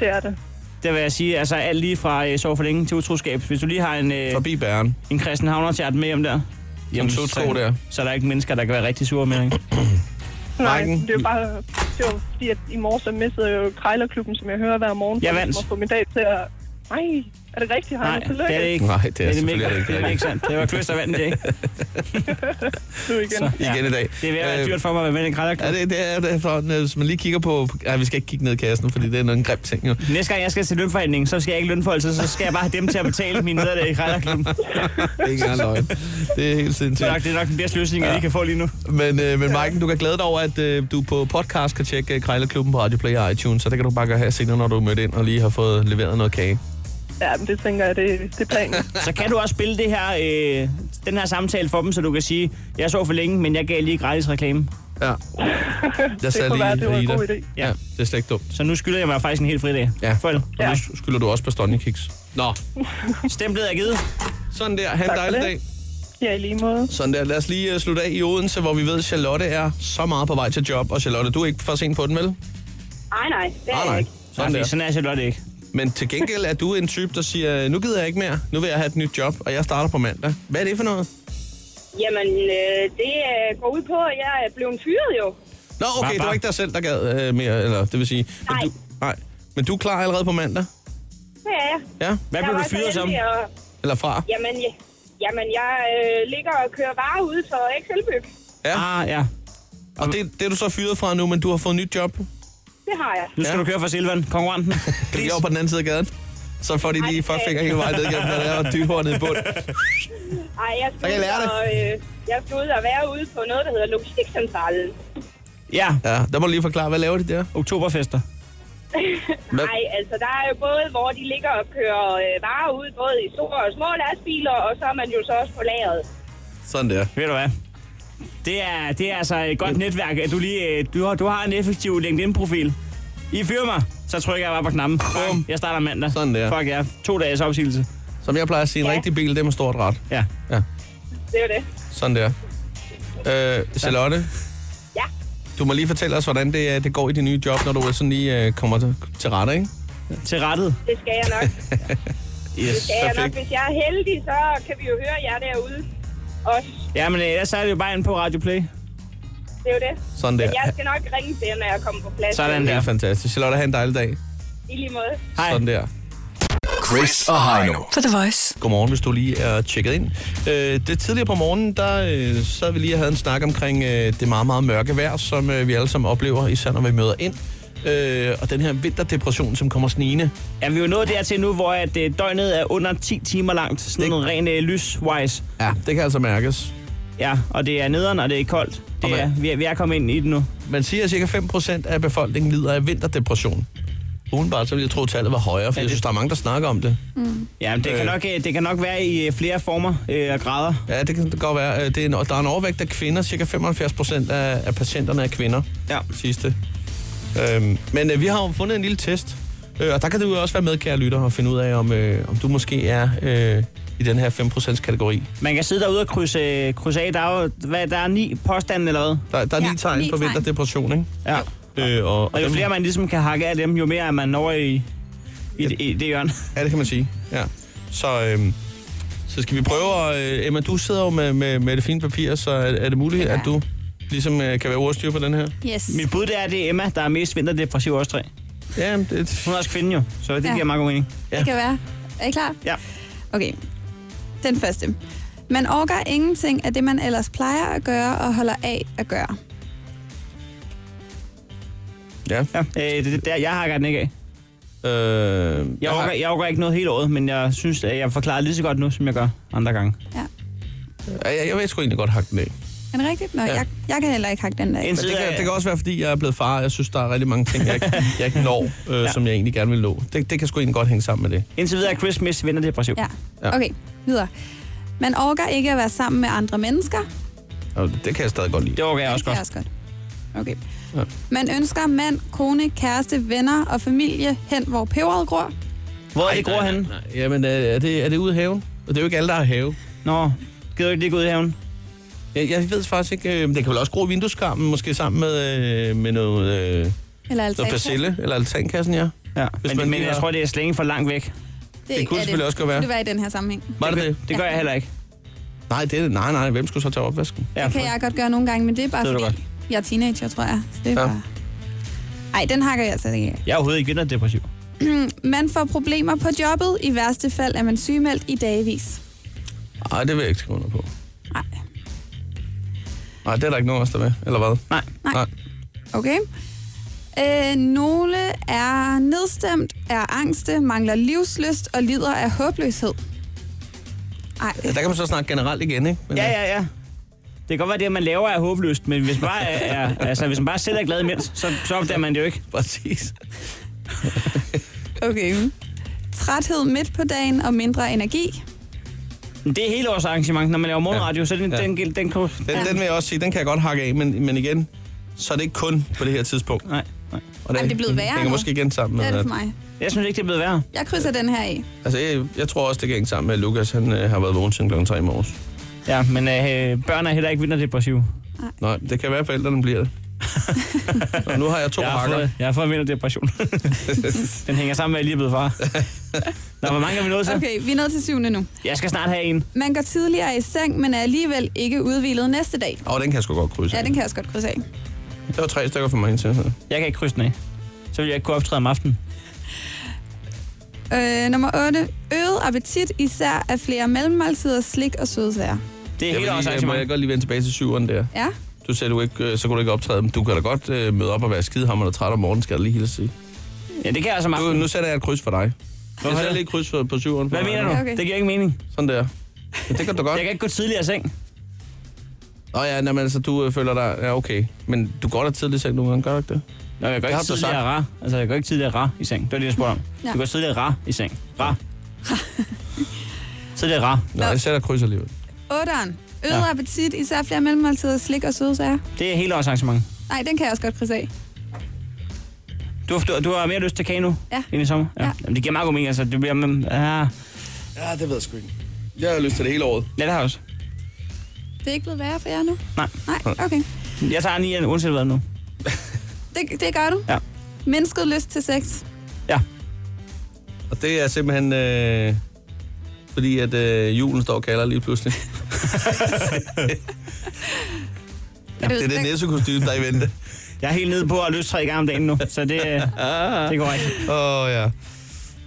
[SPEAKER 9] Det er det.
[SPEAKER 3] Det vil jeg sige, altså alt lige fra øh, sove for længe til utroskab. Hvis du lige har en, øh,
[SPEAKER 2] Forbi bæren.
[SPEAKER 3] en kristen havnertjert med hjem der,
[SPEAKER 2] Jamen, så tro der.
[SPEAKER 3] så er der ikke mennesker, der kan være rigtig sure med. Ikke?
[SPEAKER 9] Nej,
[SPEAKER 3] Maiken?
[SPEAKER 9] det er jo bare det var, fordi, at i morges så missede jeg jo Krejlerklubben, som jeg hører hver morgen.
[SPEAKER 3] Jeg
[SPEAKER 9] så
[SPEAKER 3] vandt.
[SPEAKER 9] må få min dag til at... Nej, er det rigtigt, Heine?
[SPEAKER 3] Nej, det er det ikke.
[SPEAKER 2] Nej, det er selvfølgelig
[SPEAKER 3] mega-
[SPEAKER 2] ikke
[SPEAKER 3] Det er
[SPEAKER 2] rigtigt.
[SPEAKER 3] ikke sandt. Det var kløst og vand, det er ikke?
[SPEAKER 9] Nu igen.
[SPEAKER 3] Så,
[SPEAKER 2] Igen i dag.
[SPEAKER 3] Det er ved at være
[SPEAKER 2] Øh,
[SPEAKER 3] dyrt for mig at være med i en krejlerklub.
[SPEAKER 2] Ja, det, det er det er sådan, øh, hvis man lige kigger på... Nej, vi skal ikke kigge ned i kassen, fordi det er noget en grim ting, jo.
[SPEAKER 3] Næste gang jeg skal til lønforhandling, så skal jeg ikke lønforholdelse, så skal jeg bare have dem til at betale mine nederlag i krejlerklubben.
[SPEAKER 2] Det er ikke engang løgn. Det er helt
[SPEAKER 3] Det er
[SPEAKER 2] sindssygt.
[SPEAKER 3] nok, det er nok den bedste løsning, jeg
[SPEAKER 2] Ja.
[SPEAKER 3] lige kan få lige nu.
[SPEAKER 2] Men, øh, men Maiken, du kan glæde dig over, at øh, du på podcast kan tjekke øh, Krejlerklubben på Radio Play og iTunes, så det kan du bare gøre her senere, når du er mødt ind og lige har fået leveret noget kage.
[SPEAKER 9] Ja, men det tænker jeg, det, det er planen.
[SPEAKER 3] Så kan du også spille det her, øh, den her samtale for dem, så du kan sige, jeg så for længe, men jeg gav lige gratis reklame.
[SPEAKER 2] Ja. Jeg sagde
[SPEAKER 9] kunne
[SPEAKER 2] lige,
[SPEAKER 9] være, det var en
[SPEAKER 2] Ida.
[SPEAKER 9] god idé.
[SPEAKER 2] Ja. ja, det er slet ikke dumt.
[SPEAKER 3] Så nu skylder jeg mig faktisk en hel fridag.
[SPEAKER 2] Ja.
[SPEAKER 3] For,
[SPEAKER 2] Og
[SPEAKER 3] ja.
[SPEAKER 2] nu skylder du også på Stoney Kicks. Nå,
[SPEAKER 3] Stemplet er givet.
[SPEAKER 2] sådan der. Ha' en
[SPEAKER 9] Tak for
[SPEAKER 2] dejlig
[SPEAKER 9] det.
[SPEAKER 2] dag.
[SPEAKER 9] Ja, i lige måde.
[SPEAKER 2] Sådan der. Lad os lige øh, slutte af i Odense, hvor vi ved, at Charlotte er så meget på vej til job. Og Charlotte, du er ikke for sent på den, vel?
[SPEAKER 12] Ej, nej, det er
[SPEAKER 2] Nej,
[SPEAKER 12] jeg
[SPEAKER 2] nej.
[SPEAKER 12] ikke.
[SPEAKER 2] Sådan
[SPEAKER 3] Nej,
[SPEAKER 2] der.
[SPEAKER 3] sådan er Charlotte ikke.
[SPEAKER 2] Men til gengæld er du en type, der siger, nu gider jeg ikke mere. Nu vil jeg have et nyt job, og jeg starter på mandag. Hvad er det for noget?
[SPEAKER 12] Jamen, øh, det øh, går ud på, at jeg er blevet fyret jo.
[SPEAKER 2] Nå, okay,
[SPEAKER 3] Bare-
[SPEAKER 2] det var
[SPEAKER 3] bare-
[SPEAKER 2] ikke dig selv, der gad øh, mere, eller det vil sige... men
[SPEAKER 12] Nej.
[SPEAKER 2] Du, nej. Men du er klar allerede på mandag?
[SPEAKER 12] Det er jeg.
[SPEAKER 2] Ja?
[SPEAKER 3] Hvad
[SPEAKER 12] Jeg
[SPEAKER 3] blev
[SPEAKER 12] var
[SPEAKER 3] du
[SPEAKER 12] så
[SPEAKER 3] fyret som?
[SPEAKER 12] heldig at-
[SPEAKER 2] Eller fra?
[SPEAKER 12] Jamen, ja, jamen jeg øh, ligger og kører varer ude for Excelbyg.
[SPEAKER 2] Ja.
[SPEAKER 3] Ah, ja.
[SPEAKER 2] Og det, det er du så fyret fra nu, men du har fået nyt job.
[SPEAKER 12] Det har jeg.
[SPEAKER 3] Nu skal
[SPEAKER 2] Ja.
[SPEAKER 3] du køre for Silvan, konkurrenten.
[SPEAKER 2] Det er over på den anden side af gaden. Så får de lige
[SPEAKER 12] Ej,
[SPEAKER 2] fuckfinger
[SPEAKER 12] okay.
[SPEAKER 2] hele vejen ned igennem, når der er dybhåret i bund.
[SPEAKER 12] Ej, jeg skal,
[SPEAKER 2] Så kan jeg
[SPEAKER 12] ud
[SPEAKER 2] lære det.
[SPEAKER 12] Og, øh, jeg skal ud og være ude på noget, der hedder Logistikcentralen.
[SPEAKER 3] Ja,
[SPEAKER 2] Ja, der må du lige forklare, hvad laver de der?
[SPEAKER 3] oktoberfester.
[SPEAKER 2] Hvad?
[SPEAKER 12] Nej, altså der er jo både, hvor de ligger og kører øh, varer ud, både i store og små lastbiler, og så er man jo så også på lageret.
[SPEAKER 2] Sådan der.
[SPEAKER 3] Ved du hvad? Det er, det er altså et godt netværk, at du lige øh, du har, du har en effektiv LinkedIn-profil. I fyrer mig, så trykker jeg bare på knappen. Bum, jeg starter mandag.
[SPEAKER 2] Sådan der.
[SPEAKER 3] Fuck ja, to dages opsigelse.
[SPEAKER 2] Som jeg plejer at sige, en
[SPEAKER 12] Ja.
[SPEAKER 2] rigtig bil, det er med stort ret.
[SPEAKER 3] Ja.
[SPEAKER 2] Ja,
[SPEAKER 12] Det er jo det.
[SPEAKER 2] sådan der. Øh, Charlotte,
[SPEAKER 12] Ja.
[SPEAKER 2] du må lige fortælle os, hvordan det, øh, det går i dit nye job, når du sådan lige øh, kommer til, til rette, ikke?
[SPEAKER 3] Til rettet.
[SPEAKER 12] Det skal jeg nok. Det
[SPEAKER 3] Yes.
[SPEAKER 12] skal jeg nok.
[SPEAKER 2] perfekt.
[SPEAKER 12] Hvis jeg er heldig, så kan vi jo høre jer derude. Også.
[SPEAKER 3] Jamen, øh, ellers er det jo bare inde på Radio Play.
[SPEAKER 12] Det er jo det.
[SPEAKER 2] Sådan der.
[SPEAKER 12] Men jeg skal nok ringe til jer, når jeg kommer på plads.
[SPEAKER 3] Sådan
[SPEAKER 2] Det
[SPEAKER 3] der.
[SPEAKER 2] er fantastisk. Charlotte, have en dejlig dag.
[SPEAKER 12] I lige måde.
[SPEAKER 3] Hej.
[SPEAKER 2] Sådan der.
[SPEAKER 6] Chris og Heino.
[SPEAKER 4] På The Voice.
[SPEAKER 2] Godmorgen, hvis du lige er tjekket ind. Øh, det tidligere på morgenen, der øh, sad vi lige og havde en snak omkring øh, det meget, meget mørke vejr, som øh, vi alle sammen oplever, især når vi møder ind. Øh, og den her vinterdepression, som kommer snigende.
[SPEAKER 3] Er vi jo nået dertil nu, hvor at, øh, døgnet er under 10 timer langt? Sådan noget ren øh, lys-wise.
[SPEAKER 2] Ja, det kan altså mærkes.
[SPEAKER 3] Ja, og det er nederen, og det er koldt. Det er, vi, er, vi er kommet ind i det nu.
[SPEAKER 2] Man siger, at ca. 5% af befolkningen lider af vinterdepression. Udenbart, så ville jeg tro, at tallet var højere, for ja,
[SPEAKER 3] Ja,
[SPEAKER 2] det... jeg
[SPEAKER 3] det-
[SPEAKER 2] synes, der er mange, der snakker om det.
[SPEAKER 3] Mm. Ja, men det, kan
[SPEAKER 2] Øh.
[SPEAKER 3] nok, øh, det kan nok være i øh, flere former øh, og grader.
[SPEAKER 2] Ja, det kan godt være. Øh, Det er en, der er en overvægt af kvinder. Cirka 75 procent af, af patienterne er kvinder.
[SPEAKER 3] Ja.
[SPEAKER 2] Sidste. Øhm, men øh, vi har jo fundet en lille test. Øh, og der kan du jo også være med, kære lytter, og finde ud af, om, øh, om du måske er øh, i den her 5%-kategori.
[SPEAKER 3] Man kan sidde derude og krydse, øh, krydse af. Der er, jo, hvad, der er ni påstande eller hvad?
[SPEAKER 2] Der, der er ja, ni tegn
[SPEAKER 3] ni
[SPEAKER 2] på
[SPEAKER 3] tegn.
[SPEAKER 2] vinterdepression, ikke?
[SPEAKER 3] Ja.
[SPEAKER 2] Øh, og,
[SPEAKER 3] Og jo
[SPEAKER 2] dem-
[SPEAKER 3] flere man ligesom kan hakke af dem, jo mere er man over i, i, det- i det hjørne.
[SPEAKER 2] Ja, det kan man sige. Ja. Så, øhm, så skal vi prøve at... Øh, Emma, du sidder jo med, med, med det fine papir, så er, er det muligt, ja. at du ligesom øh, kan være ordstyr på den her?
[SPEAKER 5] Yes.
[SPEAKER 3] Mit bud det er, at det er Emma, der er mest vinterdepressiv også tre.
[SPEAKER 2] Ja, det...
[SPEAKER 3] Hun er også kvinde jo, så det
[SPEAKER 5] Ja.
[SPEAKER 3] ja. giver meget god mening.
[SPEAKER 5] Det kan være. Er I klar?
[SPEAKER 3] Ja.
[SPEAKER 5] Okay. Den første. Man overgår ingenting af det, man ellers plejer at gøre og holder af at gøre.
[SPEAKER 2] Ja.
[SPEAKER 3] ja. Øh, det, det, der, jeg hakker den ikke af.
[SPEAKER 2] Øh,
[SPEAKER 3] jeg, overgår, jeg overgår ikke noget hele året, men jeg synes, at jeg forklarer lige så godt nu, som jeg gør andre gange.
[SPEAKER 2] Ja, jeg, jeg ved sgu egentlig godt hakke den af.
[SPEAKER 5] Er det rigtigt? Nå,
[SPEAKER 2] Ja.
[SPEAKER 5] ja. jeg, jeg kan heller ikke hakke den der.
[SPEAKER 2] Men det, kan, det kan også være, fordi jeg er blevet far, og jeg synes, der er rigtig mange ting, jeg ikke, jeg ikke når, øh, ja.
[SPEAKER 3] Ja.
[SPEAKER 2] som jeg egentlig gerne vil nå. Det, det kan sgu egentlig godt hænge sammen med det.
[SPEAKER 3] Indtil videre er Chris mest vinterdepressiv.
[SPEAKER 5] Ja. Okay, videre. Man overgår ikke at være sammen med andre mennesker. Det
[SPEAKER 2] Og det kan jeg stadig godt lide.
[SPEAKER 3] Det overgår jeg også
[SPEAKER 5] er
[SPEAKER 3] godt.
[SPEAKER 5] også godt. Okay.
[SPEAKER 2] Ja.
[SPEAKER 5] Man ønsker mand, kone, kæreste, venner og familie hen, hvor peberet gror.
[SPEAKER 3] Hvor er det gror henne?
[SPEAKER 2] Jamen, øh, er det, er det ude i haven? Og det er jo ikke alle, der har have.
[SPEAKER 3] Nå, gider du ikke lige gå ud i haven?
[SPEAKER 2] Jeg, jeg ved faktisk ikke. Øh, det kan vel også gro i vindueskarmen, måske sammen med, øh, med noget, øh,
[SPEAKER 5] Eller altså
[SPEAKER 2] noget
[SPEAKER 5] altankassen.
[SPEAKER 2] persille, eller altankassen, ja.
[SPEAKER 3] Ja,
[SPEAKER 2] Hvis
[SPEAKER 3] men,
[SPEAKER 2] man
[SPEAKER 3] men
[SPEAKER 2] lige
[SPEAKER 3] jeg
[SPEAKER 2] har-
[SPEAKER 3] tror, det er slænge for langt væk.
[SPEAKER 2] Det kunne
[SPEAKER 5] er
[SPEAKER 2] selvfølgelig også godt være.
[SPEAKER 5] Det kunne være i den her sammenhæng.
[SPEAKER 2] Var det det?
[SPEAKER 3] Det gør jeg heller ikke.
[SPEAKER 2] Nej, det er det. Nej, nej. Hvem skulle så tage opvasken?
[SPEAKER 3] Ja,
[SPEAKER 5] Det kan jeg godt gøre nogle gange, men det er bare
[SPEAKER 2] Det er
[SPEAKER 5] fordi,
[SPEAKER 2] du
[SPEAKER 5] jeg er teenager, tror jeg. Så det er
[SPEAKER 2] Ja.
[SPEAKER 5] bare... Ej, den hakker jeg altså ikke af. Hmm,
[SPEAKER 3] Jeg er overhovedet ikke vinterdepressiv.
[SPEAKER 5] Man får problemer på jobbet. I værste fald er man sygemeldt i dagevis.
[SPEAKER 2] Nej, det vil jeg ikke skrive under på. Nej, det er der ikke nogen af os, der med, eller hvad?
[SPEAKER 3] Nej.
[SPEAKER 2] Nej.
[SPEAKER 5] Okay? Øh, nogle er nedstemt, er angste, mangler livsløst og lider af håbløshed. Ej,
[SPEAKER 2] Ja, der kan man så snakke generelt igen, ikke? Men,
[SPEAKER 3] Ja, ja, ja. Det kan godt være, at det, man laver, er håbløst, men hvis man bare, er, er, altså, hvis man bare selv er glad imens, så, så opdager man det jo ikke.
[SPEAKER 2] øh, Præcis.
[SPEAKER 5] okay. Træthed midt på dagen og mindre energi.
[SPEAKER 3] Men det er hele års arrangement, når man laver morgenradio, så den,
[SPEAKER 2] Ja.
[SPEAKER 3] ja. den, den, den, den,
[SPEAKER 2] Den, den vil jeg også sige, den kan jeg godt hakke af, men, men igen, så er det ikke kun på det her tidspunkt.
[SPEAKER 3] Nej, nej.
[SPEAKER 2] Og
[SPEAKER 5] Ej, men det er blevet værre
[SPEAKER 2] hænger
[SPEAKER 5] nu.
[SPEAKER 2] måske igen sammen med,
[SPEAKER 5] Hvad er det
[SPEAKER 2] at,
[SPEAKER 5] for mig?
[SPEAKER 3] Jeg synes ikke, det er blevet værre.
[SPEAKER 5] Jeg krydser den her af.
[SPEAKER 2] altså jeg, jeg tror også, det kan hænge sammen med, at Lukas han, øh, har været vågen siden klokken 3 i morges.
[SPEAKER 3] Ja, men øh, børn er heller ikke vinterdepressive.
[SPEAKER 2] Nej, det kan være, at forældrene bliver det. og nu har jeg to
[SPEAKER 3] jeg har
[SPEAKER 2] hakker.
[SPEAKER 3] fået, jeg har fået vinterdepression. den hænger sammen med, at jeg lige er blevet far. Nå, hvor mange er vi nået til?
[SPEAKER 5] Okay, vi er nået til syvende nu.
[SPEAKER 3] Jeg skal snart have en.
[SPEAKER 5] Man går tidligere i seng, men er alligevel ikke udvilet næste dag.
[SPEAKER 2] Åh, oh, den kan jeg sgu godt krydse.
[SPEAKER 5] Ja, den kan jeg også godt krydse af.
[SPEAKER 2] Det var tre stykker for mig indtil. her.
[SPEAKER 3] Jeg kan ikke krydse den af. Så vil jeg ikke kunne optræde om aftenen.
[SPEAKER 5] Øh, nummer 8. Øget appetit, især af flere mellemmåltider, slik og sødsager.
[SPEAKER 3] Det er
[SPEAKER 2] Jeg vil
[SPEAKER 3] hele års
[SPEAKER 2] lige, øh, må jeg
[SPEAKER 3] arrangement.
[SPEAKER 2] godt lige vende tilbage til syveren der.
[SPEAKER 5] Ja,
[SPEAKER 2] Du sagde, du ikke, øh, så kunne du ikke optræde, men du kan da godt øh, møde op og være skidehammer og træt om morgenen, skal jeg lige hilse sige.
[SPEAKER 3] Ja, det kan jeg altså om
[SPEAKER 2] Du,
[SPEAKER 3] aftenen.
[SPEAKER 2] nu sætter jeg et kryds for dig. Jeg
[SPEAKER 3] Hvorfor
[SPEAKER 2] sætter
[SPEAKER 3] det?
[SPEAKER 2] lige et kryds for, på syveren. for
[SPEAKER 3] Hvad
[SPEAKER 2] dig.
[SPEAKER 3] mener du?
[SPEAKER 5] Okay.
[SPEAKER 3] Det giver ikke mening.
[SPEAKER 2] Sådan der. Ja, det kan du godt.
[SPEAKER 3] Jeg kan ikke gå tidligere i seng.
[SPEAKER 2] Nå ja, nej, men altså, du øh, føler dig... Ja, okay. Men du går da tidligt i seng nogle gange, gør du ikke det?
[SPEAKER 3] Nå, jeg går
[SPEAKER 2] har
[SPEAKER 3] ikke
[SPEAKER 2] du sagt.
[SPEAKER 3] tidligere rar. Altså, jeg går ikke tidligere rar i seng. Det var det, jeg spurgte om.
[SPEAKER 5] Ja.
[SPEAKER 3] Du går tidligere rar i seng. Rar. tidligere rar.
[SPEAKER 2] Nej, jeg sætter kryds alligevel.
[SPEAKER 5] 8'eren. Øget ja.
[SPEAKER 3] Ja.
[SPEAKER 5] appetit, især flere mellemmåltider, slik og sødsager.
[SPEAKER 3] Det er hele års arrangement.
[SPEAKER 5] Nej, den kan jeg også godt krydse af.
[SPEAKER 3] Du, du, du har mere lyst til kage nu?
[SPEAKER 5] Ja.
[SPEAKER 3] Ind i sommer?
[SPEAKER 5] Ja.
[SPEAKER 3] Jamen, det giver meget god mening, altså. Det bliver... Men, ja,
[SPEAKER 2] Ja, det ved jeg sgu ikke. Jeg har lyst til det hele året.
[SPEAKER 3] lad det her også.
[SPEAKER 5] Det er ikke blevet værre for jer nu?
[SPEAKER 3] Nej.
[SPEAKER 5] Nej, okay.
[SPEAKER 3] Jeg tager nieren, uanset hvad nu.
[SPEAKER 5] Det, det gør du?
[SPEAKER 3] Ja.
[SPEAKER 5] Mennesket lyst til sex.
[SPEAKER 3] Ja.
[SPEAKER 2] Og det er simpelthen... Øh, fordi at øh, julen står og kalder lige pludselig.
[SPEAKER 5] Ja,
[SPEAKER 2] Det er det næste kostyme, der er i vente.
[SPEAKER 3] Jeg er helt nede på at løse tre gange om dagen nu, så det, øh, det går ikke.
[SPEAKER 2] Åh, oh, ja.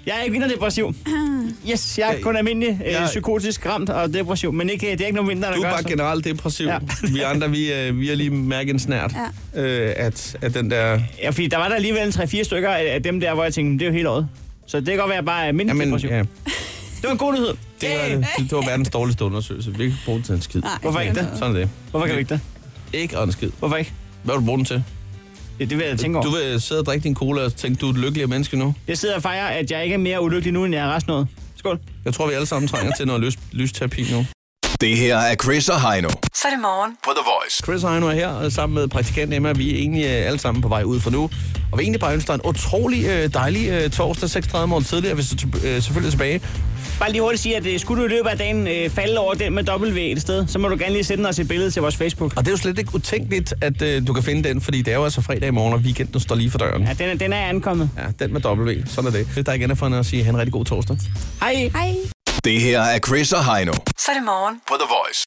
[SPEAKER 3] Jeg er ikke vinderdepressiv.
[SPEAKER 2] Ah.
[SPEAKER 3] Yes, jeg er kun almindelig øh,
[SPEAKER 2] Jeg-
[SPEAKER 3] psykotisk ramt og depressiv, men ikke, det er ikke nogen vinter, der
[SPEAKER 2] Du er
[SPEAKER 3] gør
[SPEAKER 2] bare
[SPEAKER 3] så.
[SPEAKER 2] generelt depressiv. Ja. vi andre, vi, øh, vi har lige mærket en snært, ja. øh, at, at den der...
[SPEAKER 3] Ja, fordi der var der alligevel en 3-4 stykker af af dem der, hvor jeg tænkte, "Men det er jo hele året. Så det kan godt være, at jeg bare er mindre
[SPEAKER 2] Jamen,
[SPEAKER 3] depressiv.
[SPEAKER 2] ja.
[SPEAKER 3] Det var en god nyhed.
[SPEAKER 2] Det var, det var verdens dårligste undersøgelse. Vi kan ikke bruge den til en skid.
[SPEAKER 3] Nej, Hvorfor ikke det?
[SPEAKER 2] Sådan er det.
[SPEAKER 3] Hvorfor kan vi ikke det?
[SPEAKER 2] Ikke og en skid.
[SPEAKER 3] Hvorfor ikke?
[SPEAKER 2] Hvad vil du bruge den til?
[SPEAKER 3] Ja, det vil jeg tænke over.
[SPEAKER 2] Du vil sidde og drikke din cola og tænke, du er et lykkeligere menneske nu.
[SPEAKER 3] Jeg sidder og fejrer, at jeg ikke er mere ulykkelig nu, end jeg er resten af året. Skål.
[SPEAKER 2] Jeg tror, vi alle sammen trænger til noget lys, lysterapi nu.
[SPEAKER 6] Det her er Chris og Heino.
[SPEAKER 4] Så er det morgen.
[SPEAKER 6] På The Voice.
[SPEAKER 2] Chris og Heino er her og sammen med praktikant Emma. Vi er egentlig øh, alle sammen på vej ud for nu. Og vi egentlig bare ønsker dig en utrolig øh, dejlig øh, torsdag 6.30 morgen tidligere, hvis du til- øh, selvfølgelig er tilbage.
[SPEAKER 3] Bare lige hurtigt sige, at øh, skulle du i løbet af dagen øh, falde over den med W et sted, så må du gerne lige sende os et billede til vores Facebook.
[SPEAKER 2] Og det er jo slet ikke utænkeligt, at øh, du kan finde den, fordi det er jo altså fredag i morgen, og weekenden står lige for døren.
[SPEAKER 3] Ja, den er, den er ankommet.
[SPEAKER 2] Ja, den med W. Sådan er det. Der er igen er for at sige, at han en rigtig god torsdag.
[SPEAKER 3] Hej.
[SPEAKER 5] Hej.
[SPEAKER 6] Det her er Chris og Heino.
[SPEAKER 4] Så er det morgen.
[SPEAKER 6] På The Voice.